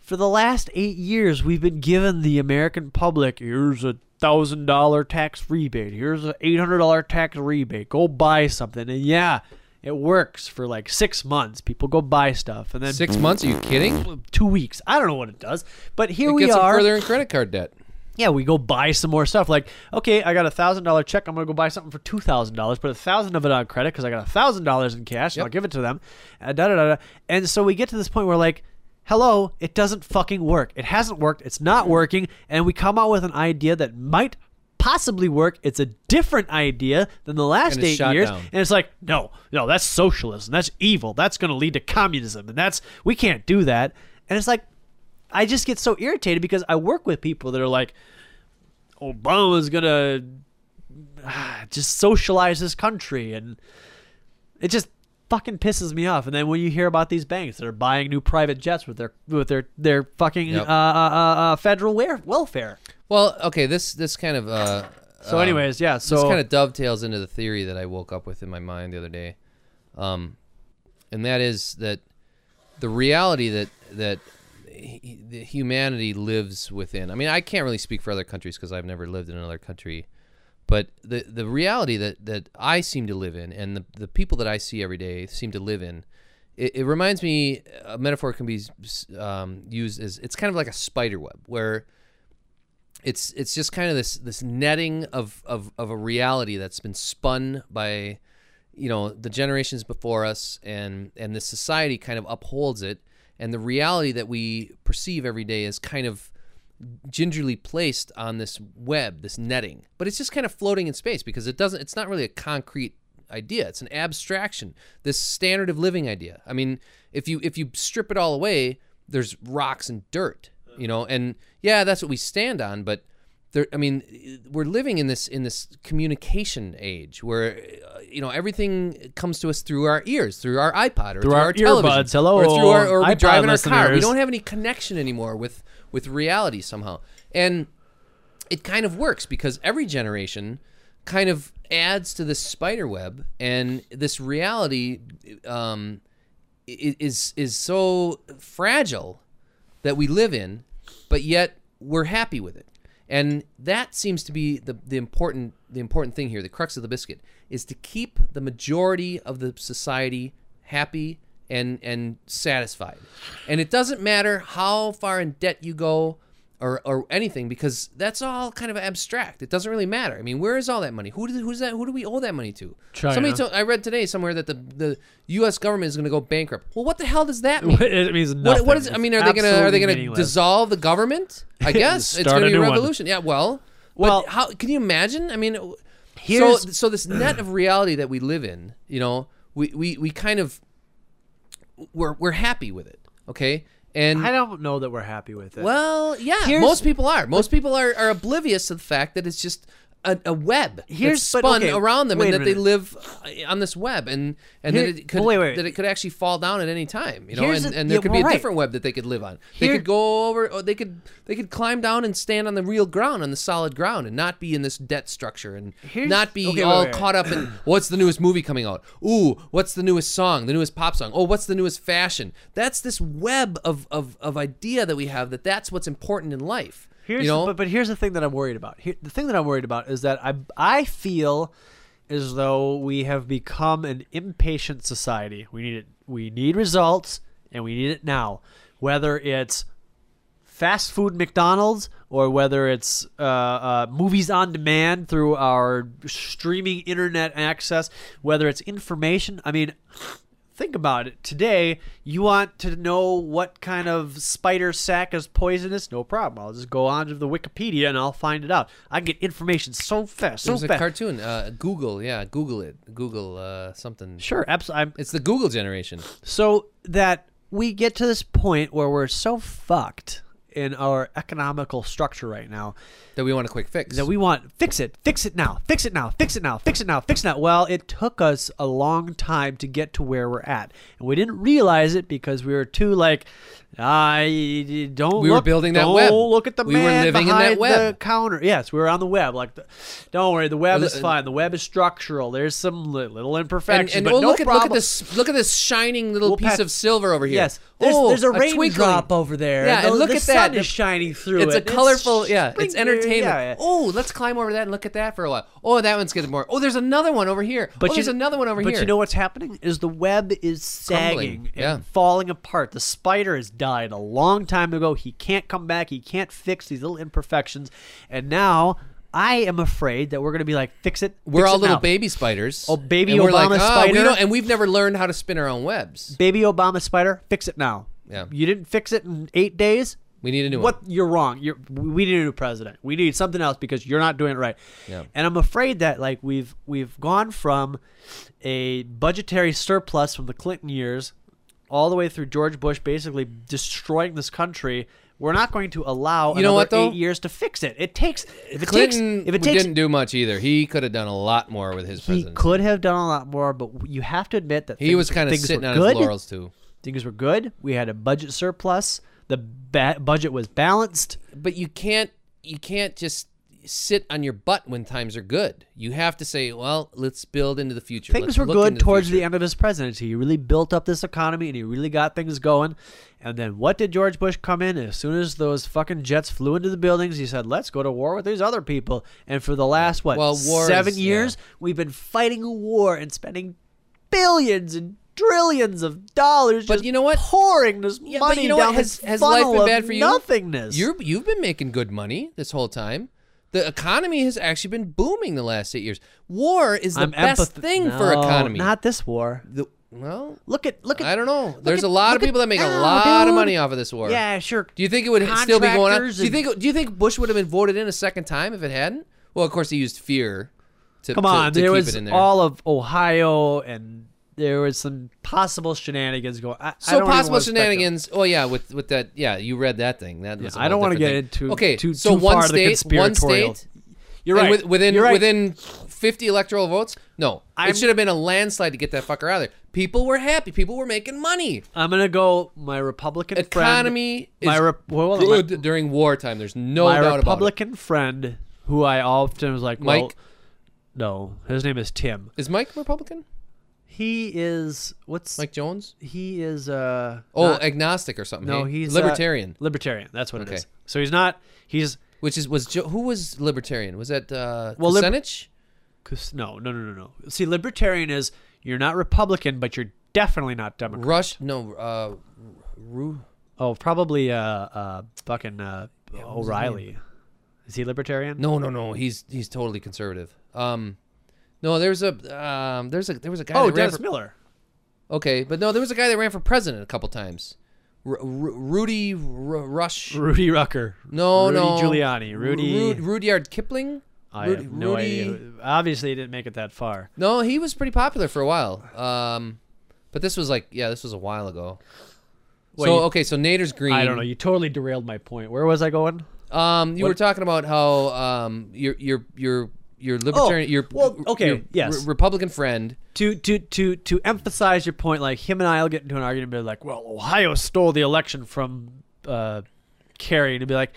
S2: for the last eight years we've been given the American public here's a thousand dollar tax rebate, here's a eight hundred dollar tax rebate. Go buy something, and yeah, it works for like six months. People go buy stuff, and then
S3: six months. Are you kidding?
S2: two weeks. I don't know what it does, but here we
S3: Gets him
S2: are.
S3: further in credit card debt.
S2: yeah, we go buy some more stuff. Like, okay, I got a thousand dollar check. I'm gonna go buy something for two thousand dollars. Put a thousand of it on credit because I got a thousand dollars in cash. And I'll give it to them. Uh, da, da, da, da. And so we get to this point where like, hello, it doesn't fucking work. It hasn't worked. It's not working. And we come out with an idea that might possibly work. It's a different idea than the last
S3: And it's
S2: eight
S3: shot
S2: years.
S3: down.
S2: And it's like, no, no, that's socialism. That's evil. That's going to lead to communism. And that's, we can't do that. And it's like, I just get so irritated because I work with people that are like, Obama's going to just socialize this country. And it just fucking pisses me off. And then when you hear about these banks that are buying new private jets with their, with their, their fucking
S3: Yep.
S2: uh, uh, uh, uh, federal wa- welfare.
S3: Well, okay. This this kind of uh,
S2: So,
S3: um,
S2: anyways, yeah. So,
S3: this kind of dovetails into the theory that I woke up with in my mind the other day, um, and that is that the reality that that hu- that humanity lives within. I mean, I can't really speak for other countries because I've never lived in another country, but the the reality that that I seem to live in, and the the people that I see every day seem to live in. It, it reminds me a metaphor can be s- um, used as it's kind of like a spider web where it's it's just kind of this this netting of of of a reality that's been spun by you know the generations before us and and this society kind of upholds it and the reality that we perceive every day is kind of gingerly placed on this web this netting but it's just kind of floating in space because it doesn't it's not really a concrete idea it's an abstraction this standard of living idea i mean if you if you strip it all away there's rocks and dirt you know and yeah that's what we stand on but there i mean we're living in this in this communication age where uh, you know everything comes to us through our ears through our ipod or through,
S2: our
S3: television
S2: earbuds. Hello,
S3: or through our or we
S2: iPod
S3: drive in our car we
S2: listeners.
S3: don't have any connection anymore with with reality somehow and it kind of works because every generation kind of adds to this spider web and this reality um, i- is is so fragile that we live in, but yet we're happy with it. And that seems to be the, the important the important thing here, the crux of the biscuit, is to keep the majority of the society happy and and satisfied. And it doesn't matter how far in debt you go or, or anything because that's all kind of abstract. It doesn't really matter. I mean, where is all that money? Who do, who's that? Who do we owe that money to?
S2: China.
S3: Somebody told, I read today somewhere that the, the U.S. government is going to go bankrupt. Well, what the hell does that mean?
S2: It means
S3: What,
S2: nothing.
S3: what is? I
S2: It's
S3: mean, are they gonna are they
S2: absolutely
S3: gonna
S2: meaningless.
S3: dissolve the government? I guess it's
S2: Start a
S3: gonna be a
S2: new one.
S3: revolution. Yeah. Well, well,
S2: Well-
S3: how can you imagine? I mean, so
S2: Here's-
S3: so this net of reality that we live in, you know, we we, we kind of we're we're happy with it, okay? And
S2: I don't know that we're happy with it.
S3: well, yeah,
S2: Here's-
S3: most people are. Most people are, are oblivious to the fact that it's just a, a web
S2: Here's- but
S3: that's spun
S2: okay,
S3: around them,
S2: wait
S3: and
S2: a
S3: that they
S2: minute.
S3: live uh, on this web, and and
S2: Here-
S3: that it could
S2: well, wait, wait.
S3: that it could actually fall down at any time, you know,
S2: Here's
S3: and,
S2: the-
S3: and there
S2: yeah,
S3: could
S2: well,
S3: be a
S2: right.
S3: different web that they could live on.
S2: Here-
S3: they could go over, or they could they could climb down and stand on the real ground, on the solid ground, and not be in this debt structure, and
S2: Here's-
S3: not be
S2: okay, wait,
S3: all
S2: wait, wait.
S3: caught up in what's the newest movie coming out? Ooh, what's the newest song? The newest pop song? Oh, what's the newest fashion? That's this web of of, of idea that we have that that's what's important in life.
S2: Here's
S3: you know,
S2: but, but here's the thing that I'm worried about. Here, the thing that I'm worried about is that I I feel as though we have become an impatient society. We need it. We need results, and we need it now. Whether it's fast food McDonald's or whether it's uh, uh, movies on demand through our streaming internet access, whether it's information. I mean, think about it. Today, you want to know what kind of spider sack is poisonous? No problem. I'll just go onto the Wikipedia and I'll find it out. I can get information so fast, so
S3: there's a
S2: fast.
S3: cartoon. Uh, Google, yeah, Google it. Google uh, something.
S2: sure, absolutely.
S3: It's the Google generation.
S2: So that we get to this point where we're so fucked in our economical structure right now
S3: That we want a quick fix.
S2: that we want fix it, fix it now, fix it now, fix it now, fix it now, fix it now. Well, it took us a long time to get to where we're at, and we didn't realize it because we were too like, I don't.
S3: We were
S2: look-
S3: building that
S2: don't
S3: web.
S2: look at the
S3: We were
S2: man
S3: living in that
S2: behind
S3: web.
S2: the counter. Yes, we were on the web. Like, the, don't worry, the web
S3: Uh,
S2: is fine. The web is structural. There's some li- little
S3: and,
S2: imperfections,
S3: and
S2: but
S3: oh,
S2: no
S3: look at
S2: problem.
S3: look at this look at this shining little
S2: We'll
S3: piece
S2: pat-
S3: of silver over here.
S2: Yes, there's,
S3: oh,
S2: there's a,
S3: twinkling.
S2: raindrop over there.
S3: Yeah,
S2: the,
S3: and look
S2: the
S3: at that.
S2: sun is shining through.
S3: It's
S2: it.
S3: a colorful, yeah.
S2: spring-
S3: It's entertainment.
S2: yeah, yeah.
S3: Oh, let's climb over that and look at that for a while. Oh, that one's getting more. Oh, there's another one over here. But
S2: But
S3: oh,
S2: you-
S3: there's another one over
S2: but
S3: here.
S2: you know what's happening is the web is
S3: Crumbling,
S2: sagging and
S3: yeah.
S2: falling apart. The spider has died a long time ago. He can't come back. He can't fix these little imperfections. And now I am afraid that we're going to be like, fix it.
S3: we're
S2: fix
S3: all
S2: it
S3: little
S2: now.
S3: baby spiders.
S2: Oh, baby
S3: and we're like,
S2: Obama
S3: "Ah, we
S2: spider."
S3: don't- and we've never learned how to spin our own webs.
S2: baby Obama spider. Fix it now.
S3: Yeah.
S2: You didn't fix it in eight days.
S3: We need a new
S2: what
S3: one.
S2: you're wrong. You're we need a new president. We need something else because you're not doing it right.
S3: Yeah.
S2: And I'm afraid that like we've we've gone from a budgetary surplus from the Clinton years all the way through George Bush basically destroying this country. We're not going to allow
S3: You know
S2: another
S3: what, though?
S2: eight years to fix it. It takes if it
S3: Clinton
S2: takes if it takes
S3: didn't do much either. He could have done a lot more with his
S2: he
S3: presidency.
S2: could have done a lot more, but you have to admit that
S3: He
S2: things-
S3: was kind of
S2: things
S3: sitting
S2: were
S3: on
S2: good.
S3: his laurels too.
S2: Things were good. We had a budget surplus. The ba- budget was balanced.
S3: but you can't you can't just sit on your butt when times are good. You have to say, well, let's build into the future.
S2: things
S3: Let's
S2: were
S3: look
S2: good
S3: into
S2: towards
S3: future.
S2: the end of his presidency. He really built up this economy and he really got things going. And then what did George Bush come in? As soon as those fucking jets flew into the buildings, he said, "Let's go to war with these other people." And for the last what
S3: Well, wars,
S2: seven
S3: yeah.
S2: years, we've been fighting a war and spending billions and trillions of dollars.
S3: But
S2: just
S3: you know what?
S2: pouring this
S3: Yeah, but
S2: money
S3: you know
S2: down
S3: what? Has,
S2: this
S3: has life
S2: funnel
S3: been
S2: of
S3: bad for you?
S2: Nothingness.
S3: You're, you've been making good money this whole time. The economy has actually been booming the last eight years. War is the
S2: I'm
S3: best
S2: empath-
S3: thing for
S2: No,
S3: economy.
S2: Not this war.
S3: the, well,
S2: Look at look at.
S3: I don't know.
S2: look
S3: There's
S2: at-
S3: a lot of
S2: look at
S3: people that make a
S2: now,
S3: lot of
S2: dude.
S3: money off of this war.
S2: Yeah, sure.
S3: Do you think it would still be going on?
S2: Contractors
S3: Do you
S2: and-
S3: think Do you think Bush would have been voted in a second time if it hadn't? Well, of course he used fear. To,
S2: Come
S3: to-
S2: on,
S3: to
S2: there
S3: keep
S2: was
S3: it in there.
S2: all of Ohio, and there was some possible shenanigans going. I, I
S3: so
S2: don't even
S3: possible
S2: wanna speculate.
S3: shenanigans. Oh yeah, with with that. Yeah, you read that thing. That was. a
S2: I
S3: whole
S2: don't wanna
S3: different
S2: get
S3: thing.
S2: into
S3: Okay,
S2: too-
S3: so
S2: too
S3: one
S2: far to the
S3: state, one
S2: conspiratorial.
S3: state.
S2: You're
S3: and
S2: right.
S3: with- within
S2: You're right.
S3: within fifty electoral votes. No,
S2: I'm-
S3: it should have been a landslide to get that fucker out of there. People were happy. People were making money.
S2: I'm gonna go. My Republican
S3: Economy
S2: friend, my
S3: is
S2: re- well, hold on, Oh, my-
S3: good during wartime. There's no
S2: my
S3: doubt about
S2: Republican friend, who I often was like, well,
S3: Mike?
S2: no, his name is Tim.
S3: it. Is Mike Republican?
S2: He is what's
S3: Mike Jones?
S2: he is uh
S3: Oh,
S2: not-
S3: agnostic or something.
S2: no
S3: hey?
S2: he's uh,
S3: libertarian.
S2: libertarian that's what
S3: Okay.
S2: it is so he's not he's
S3: Which is was jo- who was libertarian? Was that uh,
S2: Well, lib-
S3: Kucinich?
S2: 'Cause- no, no, no, no, no. See, libertarian is you're not Republican, but you're definitely not Democrat.
S3: Rush? No, uh, Ru-
S2: Oh, probably uh, uh, fucking uh, O'Reilly. Is he libertarian?
S3: No, no, no. He's he's totally conservative. Um, no, there's a um, there's a there was a guy.
S2: Oh,
S3: that ran
S2: Dennis
S3: for,
S2: Miller.
S3: Okay, but no, there was a guy that ran for president a couple times. R- R- Rudy R- Rush.
S2: Rudy Rucker.
S3: No,
S2: Rudy
S3: no.
S2: Giuliani. Rudy.
S3: Ru- Rudyard Kipling.
S2: I
S3: Rudy-
S2: have no
S3: Rudy-
S2: idea. who- Obviously, he didn't make it that far.
S3: No, he was pretty popular for a while. Um, but this was like, yeah, this was a while ago.
S2: Wait,
S3: so okay, so Nader's green.
S2: I don't know. You totally derailed my point. Where was I going?
S3: Um, you were talking about how um your your your your libertarian
S2: Oh,
S3: your
S2: well, okay,
S3: your
S2: yes.
S3: re- Republican friend.
S2: To to to to emphasize your point, like him and I will get into an argument, and be like, "Well, Ohio stole the election from uh, Kerry," and he'd be like,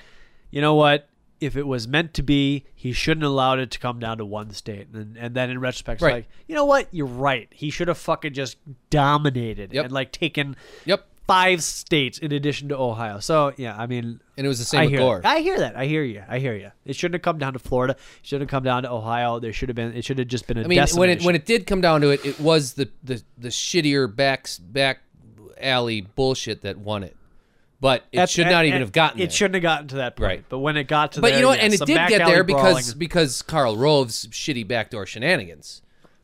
S2: "You know what? If it was meant to be, he shouldn't have allowed it to come down to one state." And and then in retrospect, it's
S3: Right.
S2: like, you know what? You're right. He should have fucking just dominated
S3: Yep.
S2: and like taken
S3: Yep,
S2: five states in addition to Ohio. So yeah, I mean,
S3: and it was the same
S2: I
S3: with
S2: hear
S3: Gore.
S2: That. I hear that. I hear you. I hear you. It shouldn't have come down to Florida. It shouldn't have come down to Ohio. There should have been. It should have just been a
S3: I mean, when it
S2: decimation.
S3: when it did come down to it, it was the the the shittier backs back alley bullshit that won it. But it
S2: At-
S3: should
S2: at-
S3: not even
S2: at-
S3: have gotten
S2: It
S3: there.
S2: shouldn't have gotten to that point.
S3: Right.
S2: But when it got to,
S3: But
S2: there,
S3: you know what?
S2: yeah,
S3: and it
S2: some
S3: did
S2: back
S3: get
S2: alley
S3: there because
S2: brawling.
S3: because Karl Rove's shitty backdoor shenanigans.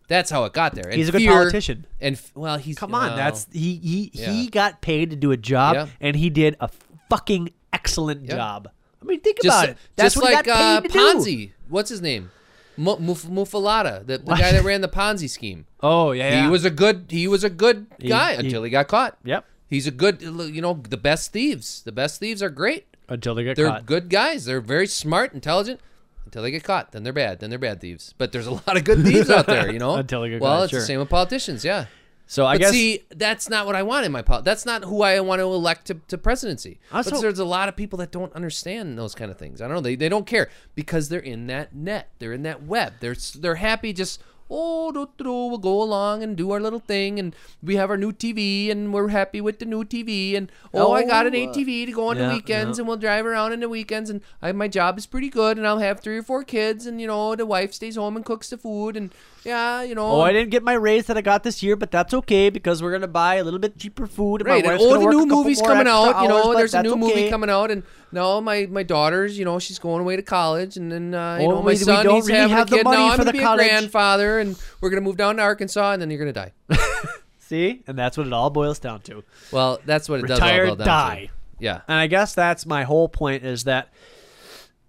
S3: That's how it got there. And
S2: He's a good
S3: fear-
S2: politician.
S3: And f- well, he's
S2: come on,
S3: well,
S2: that's he he he
S3: Yeah.
S2: got paid to do a job,
S3: Yeah.
S2: and he did a fucking excellent
S3: Yeah.
S2: job. I mean, think
S3: just
S2: about it. That's
S3: just
S2: what
S3: like
S2: he got paid to
S3: uh,
S2: do.
S3: Ponzi. What's his name? Mu- Muf- Mufalata, the, the guy that ran the Ponzi scheme.
S2: Oh yeah, yeah.
S3: He was a good he was a good guy
S2: he-
S3: until he got caught.
S2: Yep.
S3: He's a good you know the best thieves. The best thieves are great.
S2: until they got
S3: They're
S2: caught.
S3: good guys. They're very smart, intelligent. Until they get caught, then they're bad. Then they're bad thieves. But there's a lot of good thieves out there, you know.
S2: Until they get
S3: well,
S2: caught,
S3: it's
S2: sure.
S3: the same with politicians, yeah.
S2: So I
S3: But
S2: guess
S3: see, that's not what I want in my pol. That's not who I want to elect to, to presidency.
S2: Also-
S3: but there's a lot of people that don't understand those kind of things. I don't know. They, they don't care because they're in that net. They're in that web. They're s- they're happy just oh do, do, do, we'll go along and do our little thing and we have our new TV and we're happy with the new TV and oh, I got an
S2: Oh, uh,
S3: ATV to go on
S2: yeah,
S3: the weekends
S2: yeah.
S3: and we'll drive around on the weekends and I, my job is pretty good and I'll have three or four kids and you know the wife stays home and cooks the food and yeah you know
S2: Oh, I didn't get my raise that I got this year, but that's okay because we're gonna buy a little bit cheaper food. And
S3: Right,
S2: my
S3: and
S2: wife's
S3: all
S2: gonna
S3: the
S2: work a
S3: new
S2: couple
S3: movies
S2: more
S3: coming
S2: extra
S3: out. you
S2: hours,
S3: know,
S2: but
S3: there's a
S2: that's
S3: new movie
S2: okay.
S3: coming out, and now my my daughter's, you know, she's going away to college, and then uh, you
S2: Oh,
S3: know, my
S2: we- we
S3: son,
S2: don't
S3: he's
S2: really
S3: having
S2: have
S3: a
S2: the
S3: kid
S2: money
S3: now. I'm
S2: for
S3: gonna
S2: the
S3: be
S2: college.
S3: a grandfather, and we're gonna move down to Arkansas, and then you're gonna die.
S2: See, and that's what it all boils down to.
S3: Well, that's what it does.
S2: Retire,
S3: all boil down to.
S2: die.
S3: Yeah,
S2: And I guess that's my whole point is that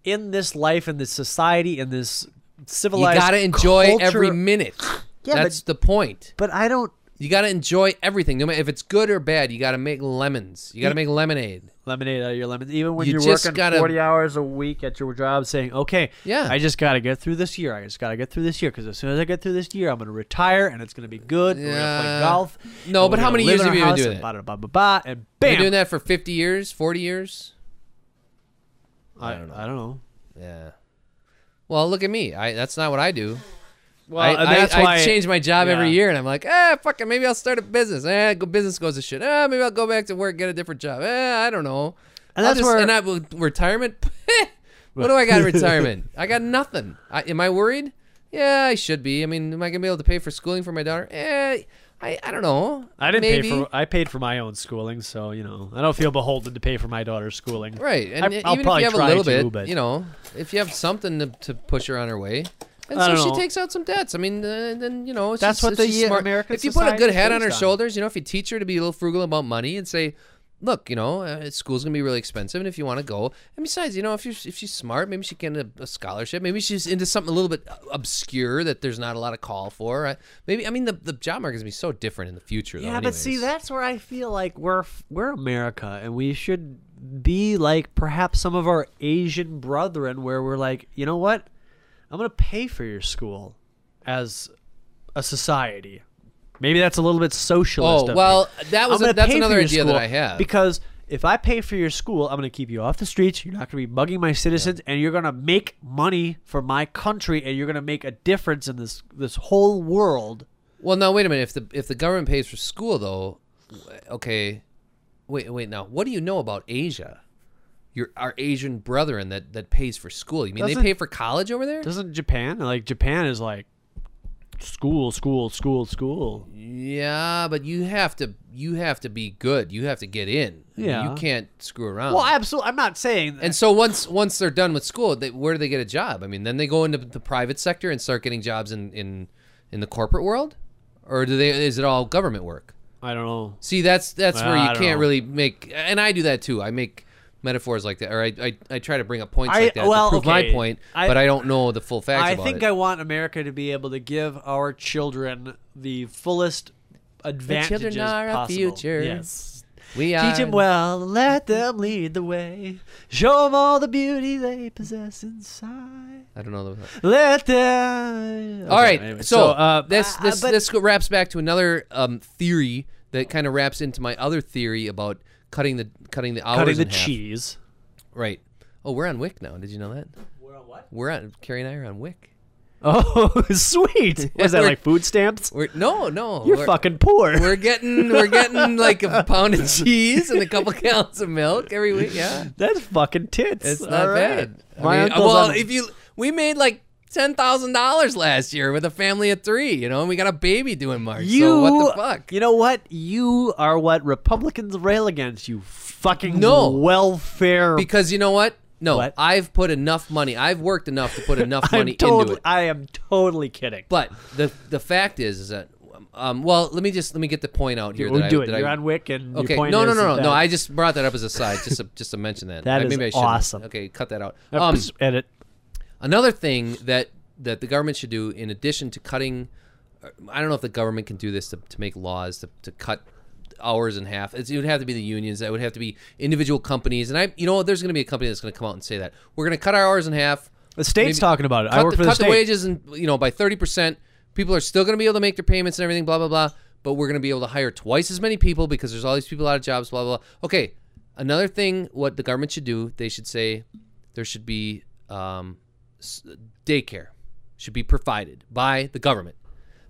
S2: in this life, in this society, in this
S3: you
S2: civilized,
S3: gotta enjoy
S2: culture-
S3: every minute.
S2: Yeah,
S3: that's the point.
S2: But I don't
S3: You gotta enjoy everything, no matter if it's good or bad. You gotta make lemons. You gotta make lemonade.
S2: lemonade out of your lemon, even when
S3: You
S2: you are
S3: just
S2: working
S3: gotta-
S2: forty hours a week at your job, saying, "Okay,
S3: Yeah.
S2: I just gotta get through this year. I just gotta get through this year because as soon as I get through this year, I'm gonna retire and it's gonna be good. and We're gonna
S3: Yeah.
S2: play golf.
S3: No,
S2: and
S3: but
S2: we're
S3: how
S2: gonna
S3: many
S2: live
S3: years
S2: in
S3: have
S2: our
S3: you been
S2: house
S3: doing
S2: and
S3: it?
S2: Ba da ba ba ba, and bam.
S3: Been doing that for 50 years, 40 years.
S2: I, I don't know.
S3: Yeah. Well, look at me. I that's not what I do.
S2: Well,
S3: I,
S2: and
S3: I-
S2: that's
S3: I
S2: why
S3: change my job every
S2: yeah.
S3: year, and I'm like, ah, fuck it, maybe I'll start a business. Eh, go, business goes to shit. Ah, maybe I'll go back to work, get a different job. Eh, I don't know.
S2: And
S3: I'll
S2: that's where-
S3: and I will retirement. what do I got in retirement? I got nothing. I, am I worried? Yeah, I should be. I mean, am I gonna be able to pay for schooling for my daughter? Eh, I, I don't know.
S2: I didn't
S3: maybe.
S2: pay for. I paid for my own schooling, so you know I don't feel beholden to pay for my daughter's schooling.
S3: right. And e-
S2: I- I'll
S3: even if
S2: probably
S3: you have a
S2: try
S3: little
S2: to,
S3: bit,
S2: but-
S3: you know, if you have something to, to push her on her way. And
S2: I
S3: so
S2: don't
S3: she
S2: know.
S3: takes out some debts. I mean, uh, then you know, it's
S2: That's
S3: just-
S2: what
S3: it's
S2: the,
S3: just
S2: uh,
S3: smart.
S2: American
S3: If you put a good
S2: society is
S3: head on her
S2: based on.
S3: shoulders, you know, if you teach her to be a little frugal about money and say, "Look, you know, uh, school's gonna be really expensive, and if you want to go, and besides, you know, if you if she's smart, maybe she can get a, a scholarship. Maybe she's into something a little bit uh, obscure that there's not a lot of call for. I, maybe I mean, the, the job market's gonna be so different in the future.
S2: Yeah,
S3: though,
S2: but see,
S3: anyways.
S2: that's where I feel like we're f- we're America, and we should be like perhaps some of our Asian brethren, where we're like, you know what, I'm gonna pay for your school as a society. Maybe that's a little bit socialist.
S3: Oh,
S2: of
S3: well,
S2: me.
S3: that was
S2: I'm
S3: a-
S2: gonna
S3: that's
S2: pay for
S3: another
S2: your
S3: idea that
S2: school
S3: I have.
S2: because if I pay for your school, I'm gonna keep you off the streets. You're not gonna be bugging my citizens, and you're gonna make money for my country, and you're gonna make a difference in this this whole world.
S3: Well, now wait a minute. If the if the government pays for school, though, w- okay. Wait, wait. Now, what do you know about Asia? your our Asian brethren that that pays for school. You mean
S2: Doesn't-
S3: they pay for college over there?
S2: Doesn't Japan like Japan is like school, school, school, school.
S3: Yeah, but you have to you have to be good. You have to get in. I mean,
S2: Yeah.
S3: you can't screw around.
S2: Well, absolutely. I'm not saying.
S3: and so once once they're done with school, they, where do they get a job? I mean, then they go into the private sector and start getting jobs in in in the corporate world, or do they? Is it all government work?
S2: I don't know.
S3: See, that's that's
S2: Well,
S3: where
S2: I
S3: you
S2: don't
S3: can't
S2: know.
S3: really make. And I do that too. I make metaphors like that, or I I, I try to bring up points
S2: I-
S3: like that
S2: well,
S3: to prove
S2: okay.
S3: my point,
S2: I-
S3: but I don't know the full facts
S2: I
S3: about
S2: think
S3: it.
S2: I want America to be able to give our children the fullest advantages
S3: are our
S2: possible.
S3: future.
S2: Yes.
S3: we um,
S2: Teach
S3: are,
S2: 'em Teach them well, and let them lead the way. Show them all the beauty they possess inside.
S3: I don't know. The,
S2: Let them.
S3: All right.
S2: anyway,
S3: so uh, this
S2: uh,
S3: this
S2: but-
S3: this wraps back to another um, theory that kind of wraps into my other theory about cutting the cutting the hours.
S2: cutting the
S3: in half.
S2: cheese.
S3: Right. Oh, we're on Wick now. Did you know that?
S2: We're on what?
S3: We're on Carrie and I are on Wick.
S2: Oh, sweet. Was that
S3: We're-
S2: like food stamps?
S3: We're no no.
S2: You're
S3: we're,
S2: fucking poor.
S3: We're getting we're getting like a pound of cheese and a couple gallons of milk every week. Yeah,
S2: That's fucking tits.
S3: it's not
S2: All right.
S3: bad. I
S2: My
S3: mean,
S2: uncle's
S3: well,
S2: on-
S3: if you we made like ten thousand dollars last year with a family of three, you know, and we got a baby doing March. so what the fuck?
S2: You know what? You are what Republicans rail against. You fucking
S3: No.
S2: welfare.
S3: Because you know what? No,
S2: What?
S3: I've put enough money. I've worked enough to put enough
S2: I'm
S3: money into
S2: totally,
S3: it.
S2: I am totally kidding.
S3: But the the fact is, is that um, well, let me just let me get the point out here.
S2: We'll
S3: that
S2: do
S3: I,
S2: it.
S3: that I-
S2: You're on Wick, and
S3: Okay.
S2: your point
S3: No, no,
S2: is
S3: no, no,
S2: that-
S3: no. I just brought that up as a side, just to, just to mention that.
S2: That
S3: I,
S2: is
S3: maybe I shouldn't.
S2: awesome.
S3: Okay, cut that out.
S2: Uh,
S3: Um,
S2: pss, edit.
S3: another thing that that the government should do, in addition to cutting, uh, I don't know if the government can do this to, to make laws to, to cut hours in half. It's, it would have to be the unions. It would have to be individual companies. And I, you know, there's going to be a company that's going to come out and say that we're going to cut our hours in half.
S2: The state's
S3: Maybe-
S2: talking about it. I
S3: cut
S2: work
S3: the,
S2: for the
S3: cut
S2: state.
S3: the wages and you know by thirty percent. People are still going to be able to make their payments and everything. Blah blah blah. But we're going to be able to hire twice as many people because there's all these people out of jobs. Blah blah. blah. Okay. Another thing, what the government should do, they should say there should be um, s- daycare should be provided by the government.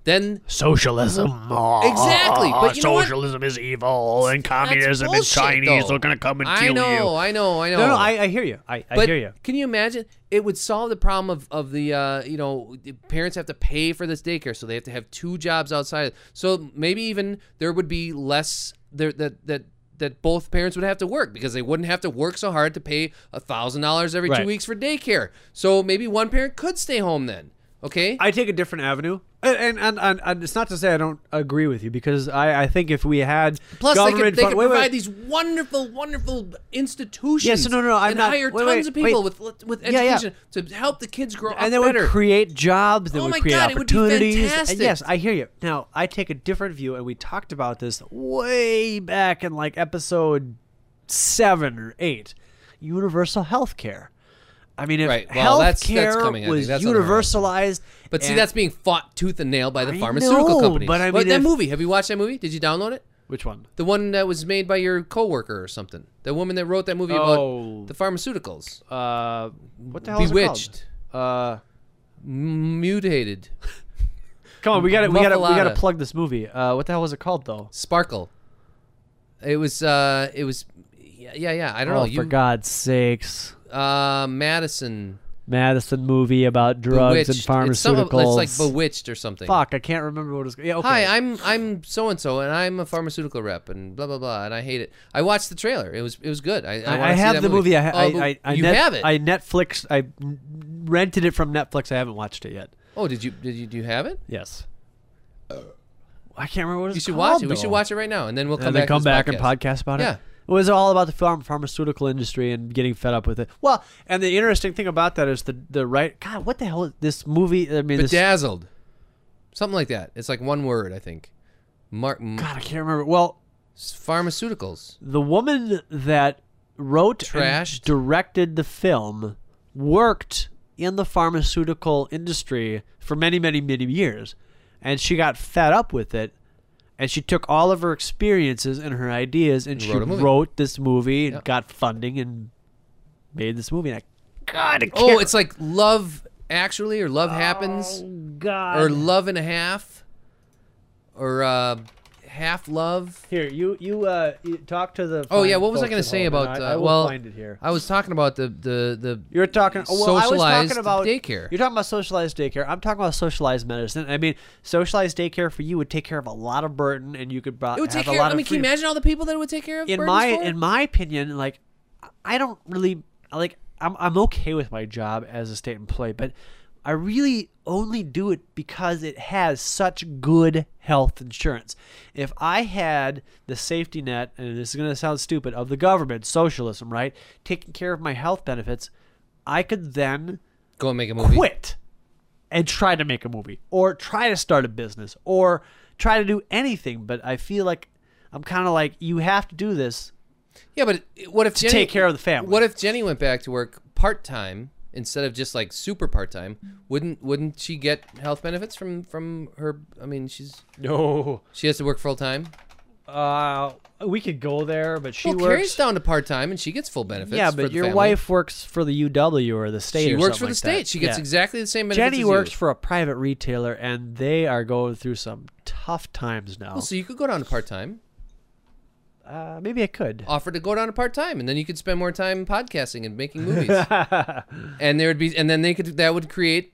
S3: Then
S1: Socialism.
S3: Exactly, but you know what?
S1: Ah, socialism is evil, and communism
S3: bullshit,
S1: is Chinese
S3: though.
S1: are gonna come and
S3: I
S1: kill
S3: know,
S1: you.
S3: I know, I know.
S2: No, no, I, I hear you. I, I
S3: But
S2: hear you.
S3: can you imagine? It would solve the problem of, of the uh, you know the parents have to pay for this daycare, so they have to have two jobs outside. So maybe even there would be less there that that that both parents would have to work because they wouldn't have to work so hard to pay a thousand dollars every
S2: Right.
S3: two weeks for daycare. So maybe one parent could stay home then. Okay.
S2: I take a different avenue, and and, and, and, and it's not to say I don't agree with you because I, I think if we had
S3: Plus, they
S2: government
S3: could, they
S2: fun-
S3: could
S2: wait, wait.
S3: provide these wonderful, wonderful institutions.
S2: Yes, no, no, no, I'm
S3: and
S2: not-
S3: hire
S2: wait,
S3: tons
S2: wait,
S3: of people
S2: wait.
S3: with with
S2: Yeah, yeah.
S3: education to help the kids grow up
S2: and they
S3: better.
S2: would create jobs that
S3: Oh
S2: would
S3: my
S2: create
S3: God, it would be
S2: opportunities And
S3: fantastic.
S2: yes i hear you now i take a different view and we talked about this way back in like episode seven or eight universal health care i mean if
S3: Right, well,
S2: health
S3: that's- that's
S2: care
S3: coming, I think.
S2: was
S3: That's on the horizon.
S2: universalized
S3: But see,
S2: and-
S3: that's being fought tooth and nail by the
S2: I know,
S3: pharmaceutical companies.
S2: but I
S3: What-
S2: mean,
S3: that
S2: if-
S3: movie. Have you watched that movie? Did you download it?
S2: which one
S3: The one that was made by your coworker or something. The woman that wrote that movie
S2: Oh.
S3: about the pharmaceuticals.
S2: uh what the hell is
S3: Bewitched,
S2: it called? uh
S3: mutated,
S2: come on we gotta we gotta we gotta
S3: Muffalata.
S2: plug this movie uh what the hell was it called though
S3: sparkle. It was. uh It was. Yeah, yeah. yeah. I don't
S2: oh
S3: know.
S2: for
S3: You,
S2: god's sakes
S3: uh, Madison.
S2: madison movie about drugs
S3: Bewitched.
S2: and
S3: It's, some- it's
S2: pharmaceuticals
S3: like bewitched or something.
S2: Fuck, I can't remember what it was. Yeah, okay.
S3: Hi, I'm I'm so and so, and I'm a pharmaceutical rep, and blah blah blah, and I hate it. I watched the trailer. It was it was good. I I,
S2: I,
S3: wanna
S2: I
S3: see
S2: have
S3: that
S2: the movie. I,
S3: Oh, but
S2: I, I, I
S3: you
S2: net-
S3: have it.
S2: I Netflix. I rented it from Netflix. I haven't watched it yet.
S3: Oh, did you did you do you have it?
S2: Yes. I can't remember what it's
S3: You should
S2: called,
S3: watch it. We
S2: though.
S3: should watch it right now, and then we'll come
S2: and
S3: back.
S2: then come
S3: to this
S2: back
S3: podcast.
S2: and podcast about
S3: Yeah.
S2: it. It was all about the pharm- pharmaceutical industry and getting fed up with it. Well, and the interesting thing about that is the the right God. What the hell? Is this movie. I mean, this, God,
S3: Bedazzled, something like that. It's like one word, I think. Mark m-
S2: I can't remember. Well,
S3: pharmaceuticals.
S2: the woman that wrote
S3: Trashed.
S2: and directed the film worked in the pharmaceutical industry for many many many years and she got fed up with it and she took all of her experiences and her ideas and she
S3: wrote a movie.
S2: wrote this movie and
S3: Yep.
S2: got funding and made this movie and I, god I
S3: Oh,
S2: can't-
S3: it's like Love Actually, or
S2: Oh,
S3: Love Happens,
S2: god
S3: or Love and a Half, or uh, half love.
S2: Here, you you uh you talk to the.
S3: Oh yeah,
S2: fine
S3: what was
S2: folks
S3: I going
S2: at
S3: to say
S2: home, and
S3: about?
S2: I, I
S3: uh,
S2: will
S3: well,
S2: find it here.
S3: I was talking about the the the.
S2: You're talking. Well, I was
S3: socialized
S2: talking about
S3: daycare.
S2: You're talking about socialized daycare. I'm talking about socialized medicine. I mean, socialized daycare for you would take care of a lot of burden, and you could bro-
S3: it would take
S2: have a
S3: care.
S2: lot
S3: I
S2: of
S3: mean, can you
S2: freedom.
S3: imagine all the people that it would take care of?
S2: in
S3: Burns
S2: my
S3: for?
S2: in my opinion, like I don't really like I'm I'm okay with my job as a state employee, but I really only do it because it has such good health insurance. If I had the safety net, and this is going to sound stupid, of the government, socialism, right, taking care of my health benefits, I could then
S3: go and make a movie.
S2: quit and try to make a movie or try to start a business or try to do anything. But I feel like I'm kind of like, you have to do this
S3: Yeah, but what if Jenny,
S2: take care of the family.
S3: What if Jenny went back to work part time instead of just like super part time? Wouldn't wouldn't she get health benefits from from her? I mean, she's
S2: No.
S3: she has to work full time.
S2: Uh, we could go there, but she
S3: Well, Carrie's
S2: works.
S3: down to part time and she gets full benefits.
S2: Yeah,
S3: for
S2: but
S3: the
S2: your
S3: family.
S2: wife works for the UW or the state.
S3: she
S2: or something
S3: works for
S2: like
S3: the state.
S2: that.
S3: She gets
S2: Yeah.
S3: exactly the same benefits.
S2: Jenny
S3: as
S2: works
S3: you.
S2: for a private retailer, and they are going through some tough times now.
S3: Well, so you could go down to part time.
S2: uh, maybe I could.
S3: Offer to go down to part time, and then you could spend more time podcasting and making movies. and there would be, and then they could that would create,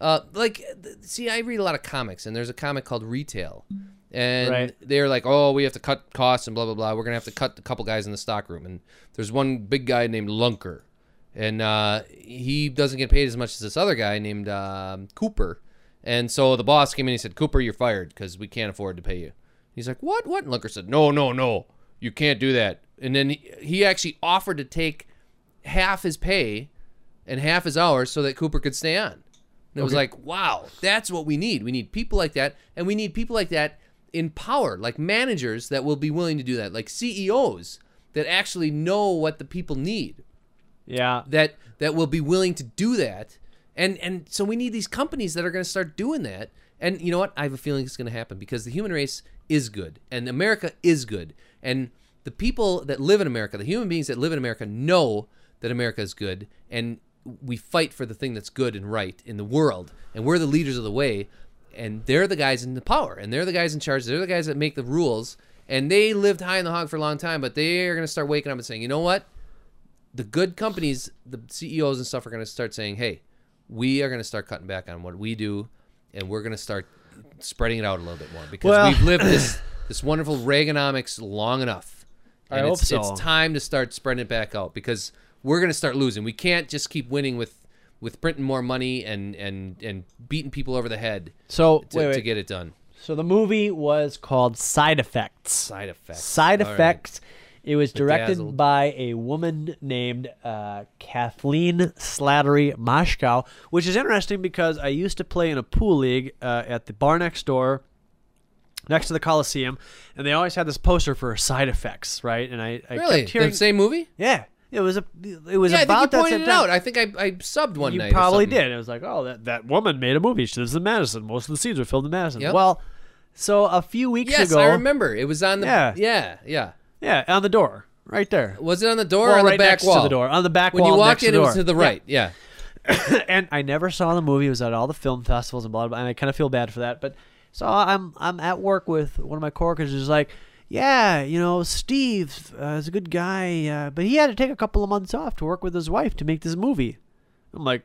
S3: uh, like, th- see, I read a lot of comics, and there's a comic called Retail, and
S2: Right.
S3: they're like, oh, we have to cut costs and blah blah blah. We're gonna have to cut a couple guys in the stockroom, and there's one big guy named Lunker, and uh, he doesn't get paid as much as this other guy named um, Cooper, and so the boss came in and he said, Cooper, you're fired because we can't afford to pay you. He's like, what? What? And Lunker said, no, no, no, you can't do that. And then he, he actually offered to take half his pay and half his hours so that Cooper could stay on. And it was like, wow, that's what we need. We need people like that, and we need people like that in power, like managers that will be willing to do that, like CEOs that actually know what the people need,
S2: yeah.
S3: that that will be willing to do that. And and so we need these companies that are going to start doing that. And you know what? I have a feeling it's going to happen because the human race is good and America is good. And the people that live in America, the human beings that live in America know that America is good and we fight for the thing that's good and right in the world. And we're the leaders of the way and they're the guys in the power and they're the guys in charge. They're the guys that make the rules. And they lived high in the hog for a long time, but they're going to start waking up and saying, "You know what? the good companies, the CEOs and stuff are going to start saying, "Hey, we are going to start cutting back on what we do, and we're going to start spreading it out a little bit more because
S2: Well-
S3: we've lived this this wonderful Reaganomics long enough,
S2: I
S3: and
S2: hope
S3: it's,
S2: so.
S3: it's time to start spreading it back out because we're going to start losing. We can't just keep winning with with printing more money and and and beating people over the head
S2: So
S3: to,
S2: wait, wait.
S3: to get it done.
S2: So the movie was called Side Effects.
S3: Side effects.
S2: Side
S3: All right.
S2: Effects. It was directed
S3: Bedazzled.
S2: by a woman named uh, Kathleen Slattery Moshkow, which is interesting because I used to play in a pool league uh, at the bar next door next to the Coliseum, and they always had this poster for Side Effects, right? And I, I
S3: Really,
S2: kept hearing,
S3: the same movie?
S2: yeah, it was a, it was
S3: Yeah, I
S2: about
S3: think you
S2: that
S3: pointed
S2: same
S3: it
S2: time.
S3: out. I think I, I subbed one
S2: You
S3: night. or
S2: probably
S3: something.
S2: did. It was like, oh, that, that woman made a movie. She lives in Madison. Most of the scenes were filmed in Madison.
S3: Yep.
S2: Well, so a few weeks
S3: Yes,
S2: ago,
S3: I remember. It was on the
S2: Yeah.
S3: yeah, yeah.
S2: yeah, on the door, right there,
S3: Was it on the door
S2: Well,
S3: or on
S2: right
S3: the back
S2: next to
S3: wall?
S2: the door. On the back
S3: when
S2: wall
S3: you
S2: next
S3: walked
S2: to
S3: in,
S2: the
S3: it was
S2: door.
S3: to the right. Yeah.
S2: and I never saw the movie. It was at all the film festivals and blah blah. blah and I kind of feel bad for that. But so I'm I'm at work with one of my coworkers who's like, yeah, you know, Steve uh, is a good guy, uh, but he had to take a couple of months off to work with his wife to make this movie. I'm like,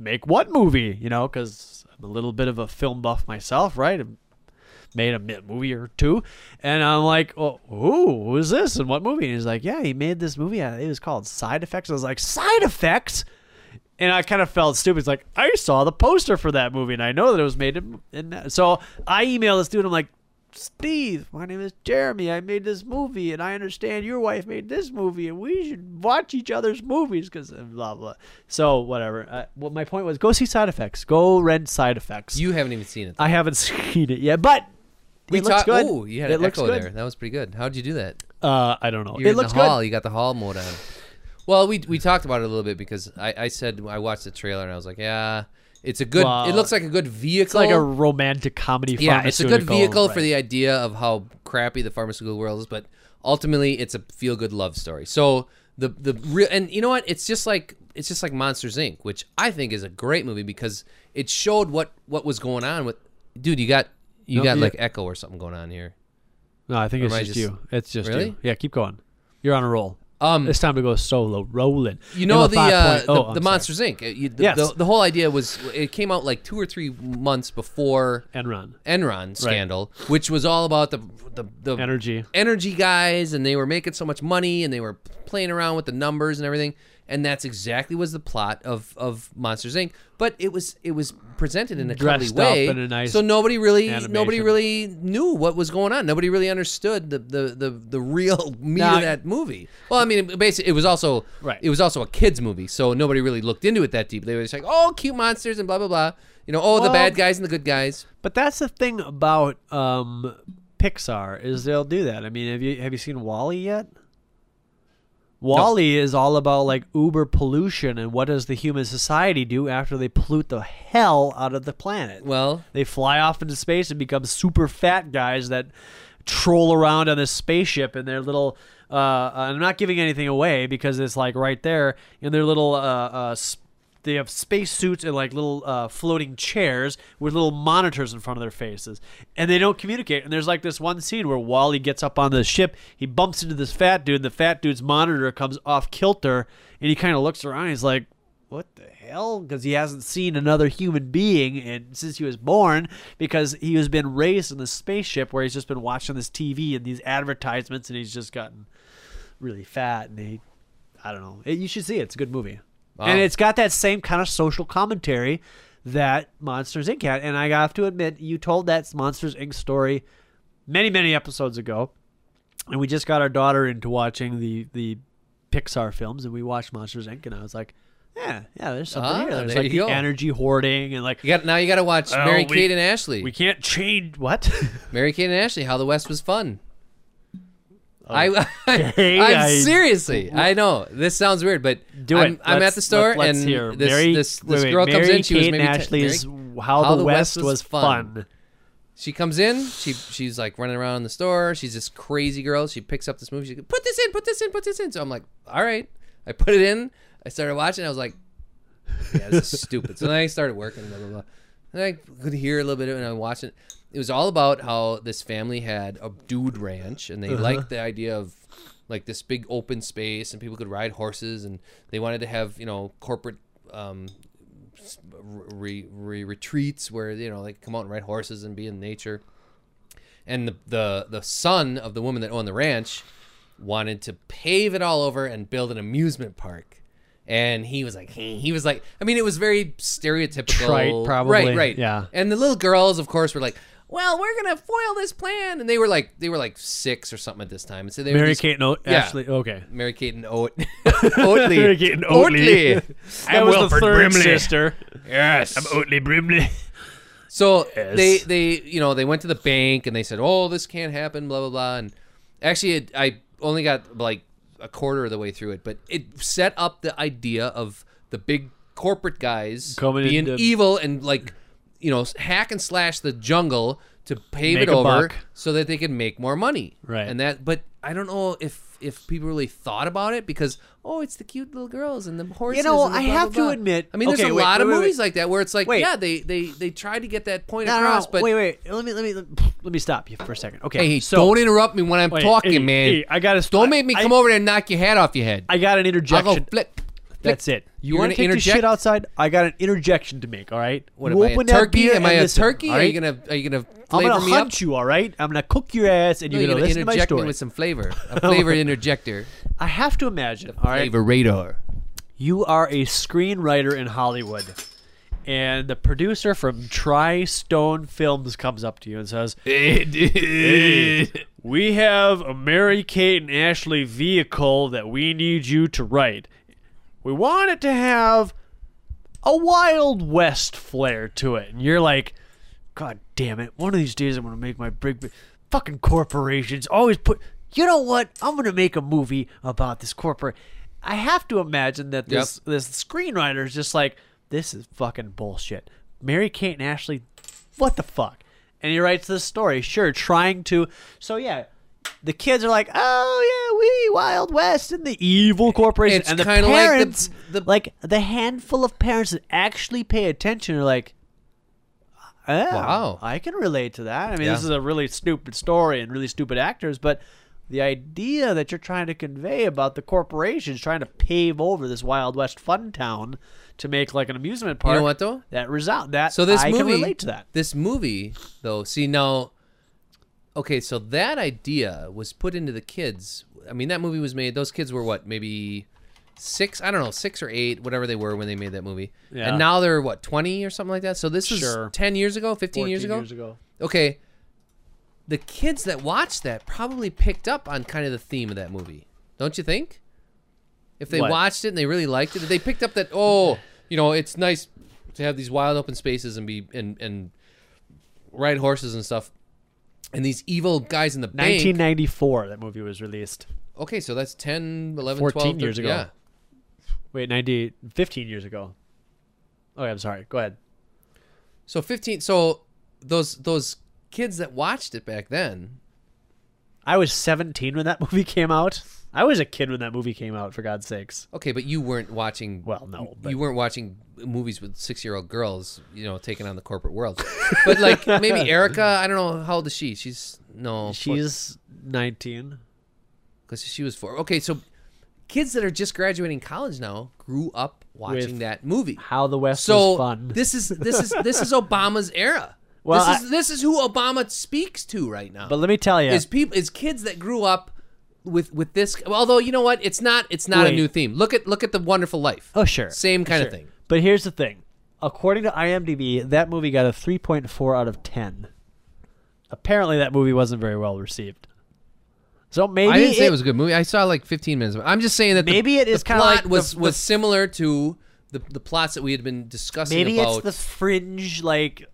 S2: make what movie? You know, because I'm a little bit of a film buff myself, right? I've made a mi- movie or two, and I'm like, well, who who is this and what movie? And he's like, yeah, he made this movie. uh, It was called Side Effects. I was like, Side Effects. And I kind of felt stupid. It's like I saw the poster for that movie, and I know that it was made in. in that. So I emailed this dude. I'm like, Steve, my name is Jeremy. I made this movie, and I understand your wife made this movie, and we should watch each other's movies because blah blah. So whatever. Uh, well, my point was, go see Side Effects. Go rent Side Effects.
S3: You haven't even seen it.
S2: I haven't seen it yet, but Uh,
S3: we
S2: it looks
S3: talked-
S2: good.
S3: Ooh, you had
S2: it
S3: an
S2: looks
S3: echo
S2: good.
S3: there. That was pretty good. How'd you do that?
S2: Uh, I don't know.
S3: You're
S2: it
S3: in
S2: looks
S3: the hall.
S2: good.
S3: You got the hall mode on. Well, we we talked about it a little bit because I, I said I watched the trailer and I was like, yeah, it's a good.
S2: Well,
S3: it looks like a good vehicle.
S2: It's like a romantic comedy.
S3: yeah, it's a good
S2: pharmaceutical,
S3: vehicle for
S2: right.
S3: the idea of how crappy the pharmaceutical world is, but ultimately it's a feel good love story. So the the real and you know what? It's just like it's just like Monsters Inc., which I think is a great movie because it showed what what was going on with dude. You got You
S2: No,
S3: got
S2: you-
S3: like echo or something going on here.
S2: No, I think
S3: Or
S2: it's
S3: am I
S2: just,
S3: just-
S2: you. It's just you.
S3: Really?
S2: Yeah, keep going. You're on a roll.
S3: Um,
S2: It's time to go solo, rolling.
S3: you know
S2: Emma
S3: the
S2: 5.0,
S3: uh, the,
S2: oh, I'm
S3: the
S2: sorry.
S3: Monsters Inc. Uh, you- the,
S2: Yes.
S3: the, the whole idea was it came out like two or three months before
S2: Enron
S3: Enron scandal, which was all about the the, the
S2: energy.
S3: energy guys and they were making so much money and they were playing around with the numbers and everything and that's exactly was the plot of of Monsters Inc. But it was it was presented in a cuddly
S2: Dressed up
S3: way,
S2: in a nice
S3: so nobody really nobody
S2: animation.
S3: really knew what was going on. Nobody really understood the the the, the real meat
S2: Now-
S3: of that movie. Well, I mean, it- basically, it was also
S2: Right.
S3: It was also a kids movie, so nobody really looked into it that deep. They were just like, oh, cute monsters and blah blah blah. You know, oh, the
S2: Well-
S3: bad guys and the good guys.
S2: But that's the thing about um, Pixar is they'll do that. I mean, have you have you seen Wally yet? Wally is all about like uber pollution and what does the human society do after they pollute the hell out of the planet?
S3: Well,
S2: They fly off into space and become super fat guys that troll around on this spaceship in their little. Uh, uh, I'm not giving anything away because it's like right there in their little. Uh, uh, sp- they have spacesuits and like little uh, floating chairs with little monitors in front of their faces, and they don't communicate. And there's like this one scene where Wally gets up on the ship, he bumps into this fat dude, and the fat dude's monitor comes off kilter, and he kind of looks around. And he's like, what the hell? Because he hasn't seen another human being and since he was born, because he has been raised in this spaceship where he's just been watching this TV and these advertisements, and he's just gotten really fat. And he, I don't know. It, you should see it. It's a good movie, and it's got that same kind of social commentary that Monsters Inc. had. And I have to admit, you told that Monsters Inc. story many, many episodes ago, and we just got our daughter into watching the the Pixar films, and we watched Monsters Inc. And I was like. Yeah, yeah. There's something
S3: Ah,
S2: here. There's
S3: there
S2: like the
S3: you go.
S2: energy hoarding and like
S3: you got now you got to watch
S1: Oh,
S3: Mary
S1: we-
S3: Kate and Ashley.
S2: we can't change what.
S3: Mary Kate and Ashley, How the West Was Fun. I, I,
S2: Okay,
S3: am
S2: Oh. I-
S3: seriously. I know this sounds weird, but
S2: Do
S3: I'm,
S2: it.
S3: I'm
S2: Let's-
S3: at the store
S2: let- let's
S3: and
S2: hear.
S3: this
S2: Mary,
S3: this,
S2: wait,
S3: this
S2: wait,
S3: girl comes
S2: Mary
S3: in. She was
S2: Kate
S3: maybe
S2: and
S3: 10
S2: Ashley's
S3: Mary-
S2: How, the, West, was fun.
S3: she comes in. She she's like running around in the store. She's this crazy girl. She picks up this movie. She goes, put this in, put this in, put this in. So I'm like, all right. I put it in. I started watching. I was like, yeah, this is stupid. So then I started working. Blah blah blah. And I could hear a little bit of it. And I watched it. It was all about how this family had a dude ranch, and they liked the idea of like this big open space, and people could ride horses, and they wanted to have you know corporate. Um, re, re retreats where you know they come out and ride horses and be in nature. And the, the the son of the woman that owned the ranch wanted to pave it all over and build an amusement park. And he was like, he, he was like, I mean, it was very stereotypical,
S2: Trite, probably.
S3: right, right,
S2: Yeah.
S3: And the little girls, of course, were like, "Well, we're gonna foil this plan," and they were like, they were like six or something at this time, and so they were
S2: Mary
S3: just-
S2: Kate and
S3: yeah.
S2: Ashley. Okay.
S3: Mary Kate and Oat, Oatley,
S1: Mary Kate and Oatley.
S2: That
S1: I'm
S2: was the
S1: Wilford
S2: third
S1: Brimley.
S2: sister.
S1: Yes. I'm Oatley Brimley.
S3: So
S1: Yes.
S3: they they you know they went to the bank and they said, "Oh, this can't happen," blah blah blah. And actually, it, I only got like a quarter of the way through it, but it set up the idea of the big corporate guys
S2: Coming
S3: being
S2: into-
S3: evil and like you know hack and slash the jungle to pave
S2: Make
S3: it
S2: a
S3: over
S2: buck.
S3: so that they could make more money.
S2: Right.
S3: And that, but I don't know if if people really thought about it because oh, it's the cute little girls and the horses.
S2: know,
S3: and the
S2: I
S3: blah,
S2: have
S3: blah,
S2: to
S3: blah.
S2: admit-
S3: I mean,
S2: okay,
S3: there's a
S2: wait,
S3: lot of
S2: wait, wait, wait.
S3: movies like that where it's like,
S2: Wait.
S3: yeah, they they they tried to get that point
S2: No, no,
S3: across,
S2: no.
S3: but
S2: wait, wait. Let me, let me, let me, let me stop you for a second. Okay.
S3: hey, hey,
S2: so,
S3: don't interrupt me when I'm
S2: Wait,
S3: talking,
S2: hey,
S3: man.
S2: hey, I gotta-
S3: don't make me
S2: I-
S3: come over there and knock your hat off your head.
S2: I got an
S3: will go
S2: interjection.
S3: flip. flip.
S2: That's it.
S3: You
S2: You're
S3: want
S2: gonna
S3: to
S2: take this
S3: interject?
S2: shit outside? I got an interjection to make. All right.
S3: What
S2: You
S3: am I, a
S2: open that
S3: turkey?
S2: beer
S3: Am I
S2: and
S3: a
S2: listen,
S3: turkey?
S2: all
S3: Are you
S2: right?
S3: gonna are you gonna
S2: I'm
S3: flavor
S2: gonna
S3: me
S2: hunt
S3: up?
S2: you. All right. I'm gonna cook your ass, and
S3: No,
S2: you're
S3: you're
S2: gonna
S3: gonna
S2: listen to my
S3: interject me
S2: story.
S3: with some flavor, a flavor interjector,
S2: I have to imagine. All right.
S3: flavor radar.
S2: You are a screenwriter in Hollywood, and the producer from Tri Stone Films comes up to you and says, "Hey, We have a Mary Kate and Ashley vehicle that we need you to write. We want it to have a Wild West flair to it. And you're like, God damn it. One of these days I'm going to make my big, big fucking corporations always put. You know what? I'm going to make a movie about this corporate. I have to imagine that this, this screenwriter is just like, this is fucking bullshit. Mary Kate and Ashley, what the fuck? And he writes this story, sure, trying to. So, yeah. The kids are like, oh yeah, we Wild West and the evil corporation,
S3: It's
S2: and the
S3: kinda like the-
S2: parents,
S3: the-
S2: like the handful of parents that actually pay attention are like Yeah,
S3: Wow.
S2: "Oh, I can relate to that. I mean,
S3: Yeah.
S2: this is a really stupid story and really stupid actors, but the idea that you're trying to convey about the corporations trying to pave over this Wild West fun town to make like an amusement
S3: You
S2: park.
S3: know what though?
S2: That result that
S3: So this
S2: I
S3: movie
S2: can relate to that.
S3: This movie though, see now okay, so that idea was put into the kids. I mean that movie was made those kids were what, maybe six I don't know, six or eight, whatever they were when they made that movie.
S2: Yeah.
S3: And now they're what, twenty or something like that? So this is
S2: Sure.
S3: ten years ago, fifteen years
S2: 14
S3: ago? Okay. The kids that watched that probably picked up on kind of the theme of that movie. Don't you think? If they
S2: What?
S3: watched it and they really liked it, they picked up that oh, you know, it's nice to have these wild open spaces and be and and ride horses and stuff. And these evil guys in the bank.
S2: 1994 that movie was released.
S3: Okay, so that's 10, 11,
S2: 14
S3: 12,
S2: years ago.
S3: Yeah.
S2: Wait, 90 15 years ago. Okay, I'm sorry. Go ahead.
S3: So 15 so those those kids that watched it back then.
S2: I was 17 when that movie came out. I was a kid when that movie came out for God's sakes.
S3: Okay, but you weren't watching
S2: Well, no, but
S3: you weren't watching movies with six year old girls, you know, taking on the corporate world. but like maybe Erica, I don't know how old is she. She's no,
S2: she's 19.
S3: because she was four. Okay, so kids that are just graduating college now grew up watching
S2: With
S3: that movie.
S2: How the West was
S3: So
S2: fun.
S3: this is this is this is Obama's era.
S2: Well,
S3: this is this is who Obama speaks to right now.
S2: but let me tell you,
S3: is people is kids that grew up with with this. Although you know what, it's not it's not a
S2: Wait.
S3: new theme. Look at look at the Wonderful Life.
S2: Oh, sure.
S3: same kind
S2: Sure.
S3: of thing.
S2: But here's the thing. According to IMDb, that movie got a 3.4 out of 10. Apparently, that movie wasn't very well received. So maybe
S3: I didn't say
S2: it-
S3: it was a good movie. I saw like 15 minutes. of it. I'm just saying that the-
S2: Maybe it
S3: the
S2: is kinda
S3: plot
S2: like the-
S3: was
S2: the-
S3: was similar to the the plots that we had been discussing
S2: maybe
S3: about.
S2: it's the fringe like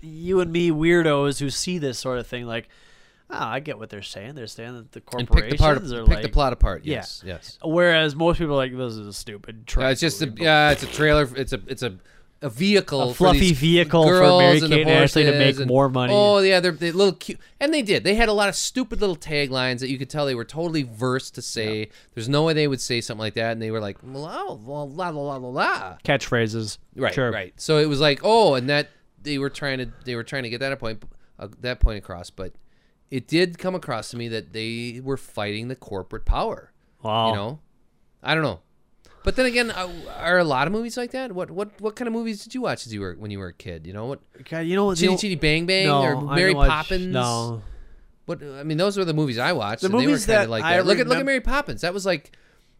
S2: you and me weirdos who see this sort of thing. Like, oh, I get what they're saying. They're saying that the
S3: and
S2: corporations
S3: pick the part,
S2: are
S3: pick
S2: like
S3: the plot apart.
S2: Yeah.
S3: Yes, yes.
S2: Whereas most people are like this is a stupid.
S3: Uh,
S2: trash
S3: it's just a
S2: movie."
S3: yeah, it's a trailer. It's a it's a a vehicle,
S2: A
S3: for
S2: fluffy
S3: these
S2: vehicle for
S3: girls
S2: Mary
S3: and the
S2: Kate and Ashley to
S3: horses
S2: make more money.
S3: Oh yeah, they're, they're little cute, and they did. They had a lot of stupid little taglines that you could tell they were totally versed to say. There's no way they would say something like that, and they were like la la la la la la.
S2: catchphrases.
S3: Right,
S2: sure.
S3: right. So it was like, oh, and that they were trying to they were trying to get that point uh, that point across, but it did come across to me that they were fighting the corporate power.
S2: Wow.
S3: You know, I don't know, but then again, uh, are a lot of movies like that? What what what kind of movies did you watch as you were when you were a kid? You know what?
S2: God, you know what?
S3: Chitty Chitty Bang Bang
S2: no, I
S3: or
S2: didn't
S3: Mary
S2: watch-
S3: Poppins.
S2: No,
S3: What I mean, those were the movies I watched.
S2: The
S3: and they were
S2: movies
S3: kinda
S2: that
S3: like
S2: I
S3: that. look at look at
S2: remem-
S3: Mary Poppins. That was like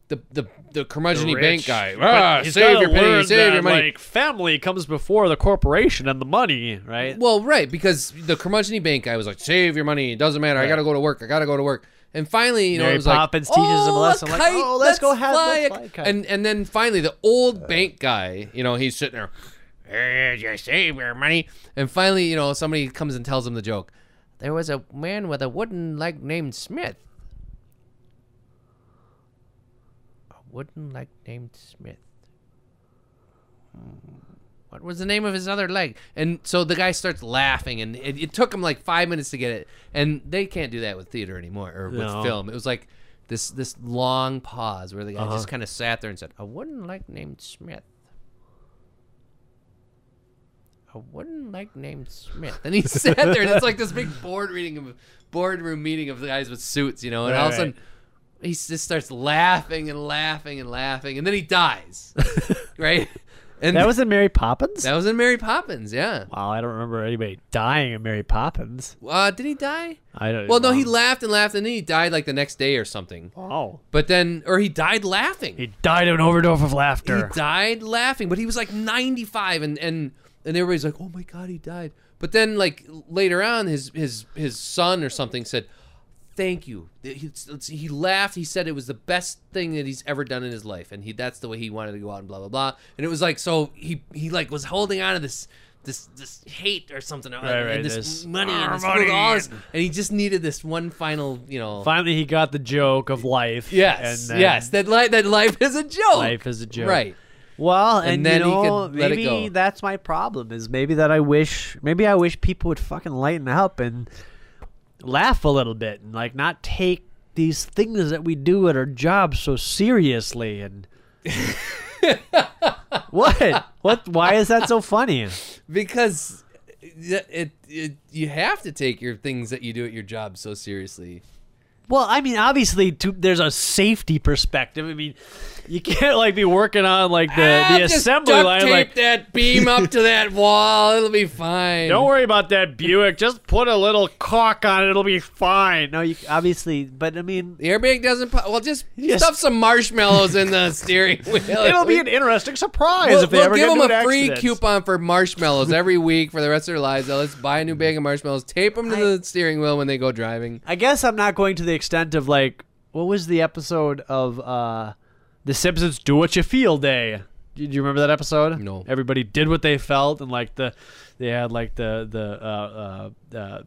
S3: the the the curmudgeon
S1: rich,
S3: bank guy.
S1: but
S3: Ah,
S1: he's
S3: save
S1: gotta
S3: your penny,
S1: learn
S3: save your
S1: that,
S3: money.
S2: like family comes before the corporation and the money, right?
S3: Well, right, because the curmudgeon bank guy was like, "Save your money. It doesn't matter. I gotta go to work. I gotta go to work." And finally, you know,
S2: Mary
S3: it was
S2: Poppins
S3: like,
S2: teaches him a
S3: "Oh,
S2: lesson," like,
S3: kite,
S2: "Oh, let's go have-
S3: fly
S2: let's
S3: a-"
S2: fly a kite.
S3: And and then finally, the old bank guy, you know, he's sitting there,
S1: Here's your savior money.
S3: and finally, you know, somebody comes and tells him the joke. There was a man with a wooden leg named Smith. A wooden leg named Smith. Hmm. What was the name of his other leg? And so the guy starts laughing, and it, it took him like five minutes to get it. And they can't do that with theater anymore or
S2: No.
S3: with film. It was like this this long pause where the guy just kind of sat there and said, "A wooden leg named Smith." a wooden leg named Smith. And he sat there, and it's like this big board reading of boardroom meeting of the guys with suits, you know. And all of a sudden, he just starts laughing and laughing and laughing, and then he dies, right? And
S2: that was in Mary Poppins.
S3: that was in Mary Poppins, yeah.
S2: wow, I don't remember anybody dying in Mary Poppins.
S3: Uh, did he die?
S2: I don't.
S3: Well, no, he laughed and laughed, and then he died like the next day or something.
S2: Wow.
S3: But then, or he died laughing.
S2: Oh. He died of an overdose of
S3: he
S2: laughter.
S3: died laughing, but he was like 95, and and and everybody's like, oh my god, he died. But then like later on, his his his son or something said, thank you. He, he laughed. He said it was the best thing that he's ever done in his life, and he that's the way he wanted to go out and blah blah blah. And it was like so he he like was holding on to this. This, this hate or something, and- and,
S2: right,
S3: this,
S2: this- "Ah,
S3: money,
S1: "Arr,
S3: and this
S1: money,"
S3: all this- and he just needed this one final, you know.
S2: Finally, he got the joke of life. and
S3: yes,
S2: then
S3: yes, that life, that life is a joke.
S2: Life is a joke.
S3: right?
S2: Well, and,
S3: then
S2: you
S3: he could
S2: know,
S3: let it
S2: maybe
S3: go.
S2: that's my problem. Is maybe that I wish, maybe I wish people would fucking lighten up and laugh a little bit, and like not take these things that we do at our jobs so seriously. And what? What? Why is that so funny?
S3: because it, it, it you have to take your things that you do at your job so seriously.
S2: Well, I mean, obviously, to, there's a safety perspective. I mean, you can't like be working on like the,
S3: Ah,
S2: the
S3: just
S2: assembly
S3: duct
S2: line.
S3: Tape
S2: Like,
S3: that beam up to that wall. It'll be fine.
S2: don't worry about that Buick. Just put a little caulk on it. It'll be fine. No, you obviously, but I mean,
S3: The airbag doesn't. Pop. Well, just
S2: Yes.
S3: stuff some marshmallows in the steering wheel.
S2: it'll be an interesting surprise
S3: We'll,
S2: if they
S3: we'll
S2: ever
S3: give
S2: get
S3: them
S2: into
S3: a
S2: an
S3: free
S2: accident.
S3: coupon for marshmallows every week for the rest of their lives. Now, let's buy a new bag of marshmallows, tape them to
S2: I-
S3: the steering wheel when they go driving.
S2: I guess I'm not going to the extent of like what was the episode of uh The Simpsons Do What You Feel Day. Do you remember that episode?
S3: No.
S2: Everybody did what they felt and like the they had like the the uh uh, uh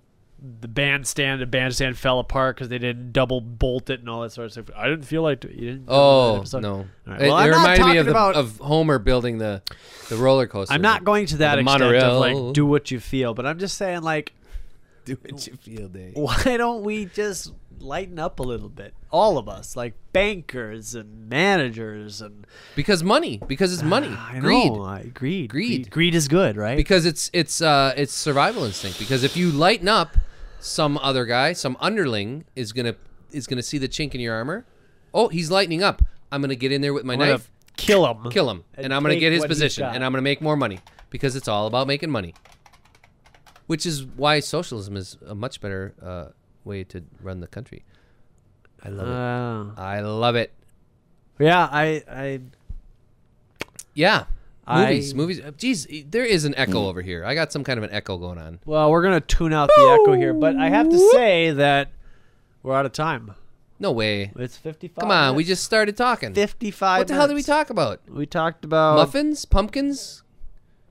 S2: the bandstand, the bandstand fell apart because they didn't double bolt it and all that sort of stuff. I didn't feel like you didn't.
S3: Oh
S2: episode.
S3: no!
S2: All right.
S3: It-
S2: Well,
S3: it,
S2: I'm not
S3: reminded me
S2: talking
S3: of, the,
S2: about-
S3: of Homer building the the roller coaster.
S2: I'm not going to that
S3: The
S2: extent
S3: monorail.
S2: of like do what you feel, but I'm just saying like
S3: Do what you feel, Dave.
S2: why don't we just lighten up a little bit all of us like bankers and managers and
S3: Because money. Because it's money.
S2: Ah, I
S3: Greed.
S2: know, I- greed
S3: Greed.
S2: greed is good right
S3: Because it's it's uh it's survival instinct. Because if you lighten up, some other guy, some underling, is gonna is gonna see the chink in your armor. Oh, he's lightening up. I'm gonna get in there with my
S2: I'm gonna
S3: knife,
S2: kill him
S3: kill him, and,
S2: and
S3: I'm gonna
S2: take
S3: get his
S2: what he's
S3: position,
S2: got.
S3: and I'm gonna make more money. Because it's all about making money. Which is why socialism is a much better uh, way to run the country. I love it.
S2: Oh.
S3: I love it.
S2: yeah I I
S3: Yeah.
S2: I-
S3: Movies, movies. Jeez, there is an echo over here. I got some kind of an echo going on.
S2: well we're gonna tune out the echo here but I have to say that we're out of time
S3: No way.
S2: it's 55
S3: Come on, we
S2: minutes.
S3: just started talking.
S2: 55
S3: What the hell did we
S2: minutes. Oh.
S3: talk about?
S2: we talked about
S3: Muffins? Pumpkins?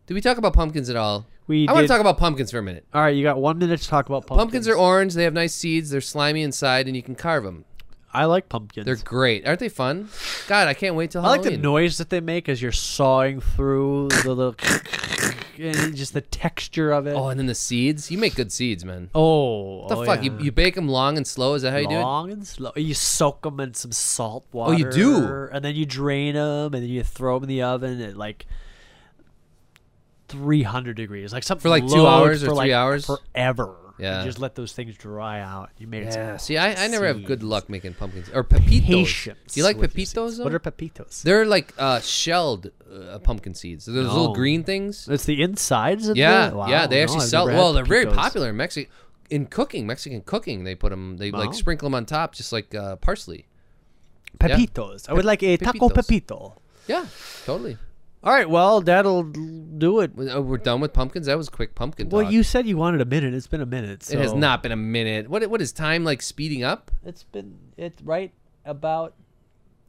S3: Did we talk about pumpkins at all?
S2: We
S3: I want
S2: did-
S3: to talk about pumpkins for a minute.
S2: all right you got one minute to talk about pumpkins
S3: Pumpkins are orange. They have nice seeds. They're slimy inside, and you can carve them.
S2: I like pumpkins
S3: They're great, aren't they fun? God, I can't wait till
S2: I like
S3: Halloween.
S2: the noise that they make as you're sawing through the little and just the texture of it.
S3: Oh, and then the seeds. You make good seeds, man.
S2: oh,
S3: What the fuck? You, you bake them long and slow. Is that how you do it?
S2: long and slow. You soak them in some salt water.
S3: you do?
S2: and then you drain them, and then you throw them in the oven at like 300 degrees, like something
S3: For, like, two
S2: low
S3: hours or
S2: for,
S3: three
S2: like,
S3: hours?
S2: forever.
S3: Yeah.
S2: you just let those things dry out. You made
S3: Yeah.
S2: it.
S3: See, I, I never have good
S2: Seeds.
S3: luck making pumpkins or pepitos.
S2: Patience.
S3: Do you like
S2: with your seeds.
S3: pepitos? though?
S2: What are pepitos?
S3: They're like uh, shelled uh, pumpkin seeds. They're those
S2: No.
S3: little green things.
S2: it's the insides of
S3: Yeah,
S2: the-
S3: yeah,
S2: Wow,
S3: they
S2: no,
S3: actually
S2: I've
S3: sell.
S2: never had
S3: Well, they're very
S2: pepitos.
S3: popular in Mexico. In cooking, Mexican cooking, they put them. They
S2: Wow.
S3: like sprinkle them on top, just like uh, parsley. Yeah.
S2: Pepitos. I would like a taco
S3: Pepitos.
S2: pepito.
S3: Yeah, totally.
S2: All right, well, that'll do it.
S3: We- uh, We're done with pumpkins. That was quick pumpkin.
S2: Well,
S3: talk.
S2: you said you wanted a minute. It's been a minute.
S3: It has
S2: so-
S3: not been a minute. What? What is time like speeding up?
S2: It's been it's right about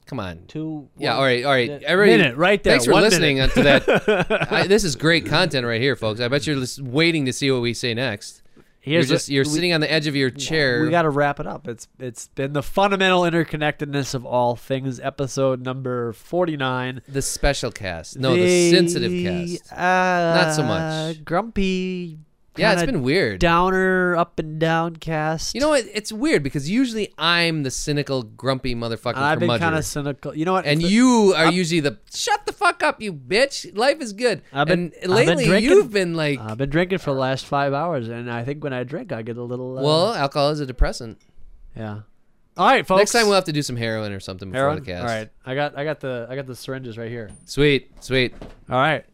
S3: Come on.
S2: two.
S3: Yeah.
S2: one-
S3: All right. All right.
S2: minute.
S3: Everybody-
S2: Minute, right there,
S3: Thanks for
S2: one
S3: listening
S2: minute.
S3: to that. I, this is great content right here, folks. I bet you're lis- waiting to see what we say next.
S2: Here's
S3: you're just
S2: the-
S3: you're
S2: we-
S3: sitting on the edge of your chair.
S2: We got to wrap it up. It's it's been the fundamental interconnectedness of all things. Episode number forty nine.
S3: the special cast. No, the sensitive cast.
S2: Uh,
S3: Not so much.
S2: Grumpy.
S3: Yeah, it's
S2: kinda
S3: been weird.
S2: Downer, up and down cast.
S3: You know what? It's weird because usually I'm the cynical, grumpy motherfucking
S2: and I've been
S3: curmudgeon.
S2: kind of cynical. You know what?
S3: and
S2: It's-
S3: you are usually the shut the fuck up, you bitch. Life is good.
S2: I've been- I've
S3: and
S2: been
S3: lately
S2: drinking.
S3: you've been like,
S2: I've been drinking for the last five hours, and I think when I drink, I get a little. Uh,
S3: well, alcohol is a depressant.
S2: yeah. All right, folks.
S3: Next time we'll have to do some heroin or something before
S2: Aaron?
S3: the cast.
S2: All right, I got, I got the, I got the syringes right here.
S3: Sweet, sweet,
S2: All right.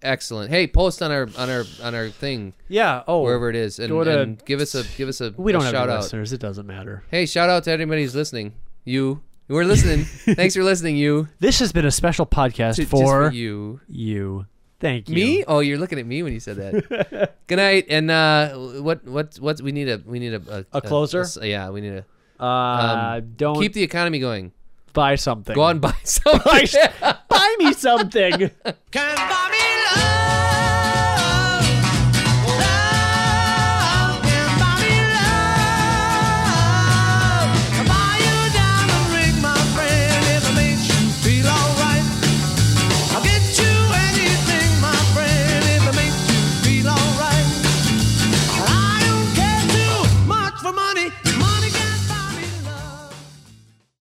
S3: excellent. Hey, post on our on our on our thing
S2: Yeah. Oh,
S3: wherever it is, and,
S2: Go to-
S3: and give us a give us a
S2: we don't
S3: a
S2: have
S3: shout
S2: any
S3: out.
S2: listeners. It doesn't matter.
S3: Hey, shout out to everybody who's listening. You, we're listening. Thanks for listening. You
S2: This has been a special podcast
S3: To- just
S2: for,
S3: for you.
S2: you. Thank you.
S3: Me? Oh, you're looking at me when you said that. Good night. And uh, what what what we need a we need a
S2: A closer?
S3: s- yeah, we need a um,
S2: Uh, don't
S3: keep the economy going.
S2: buy something.
S3: Go out and buy something.
S2: buy me something.
S1: Can buy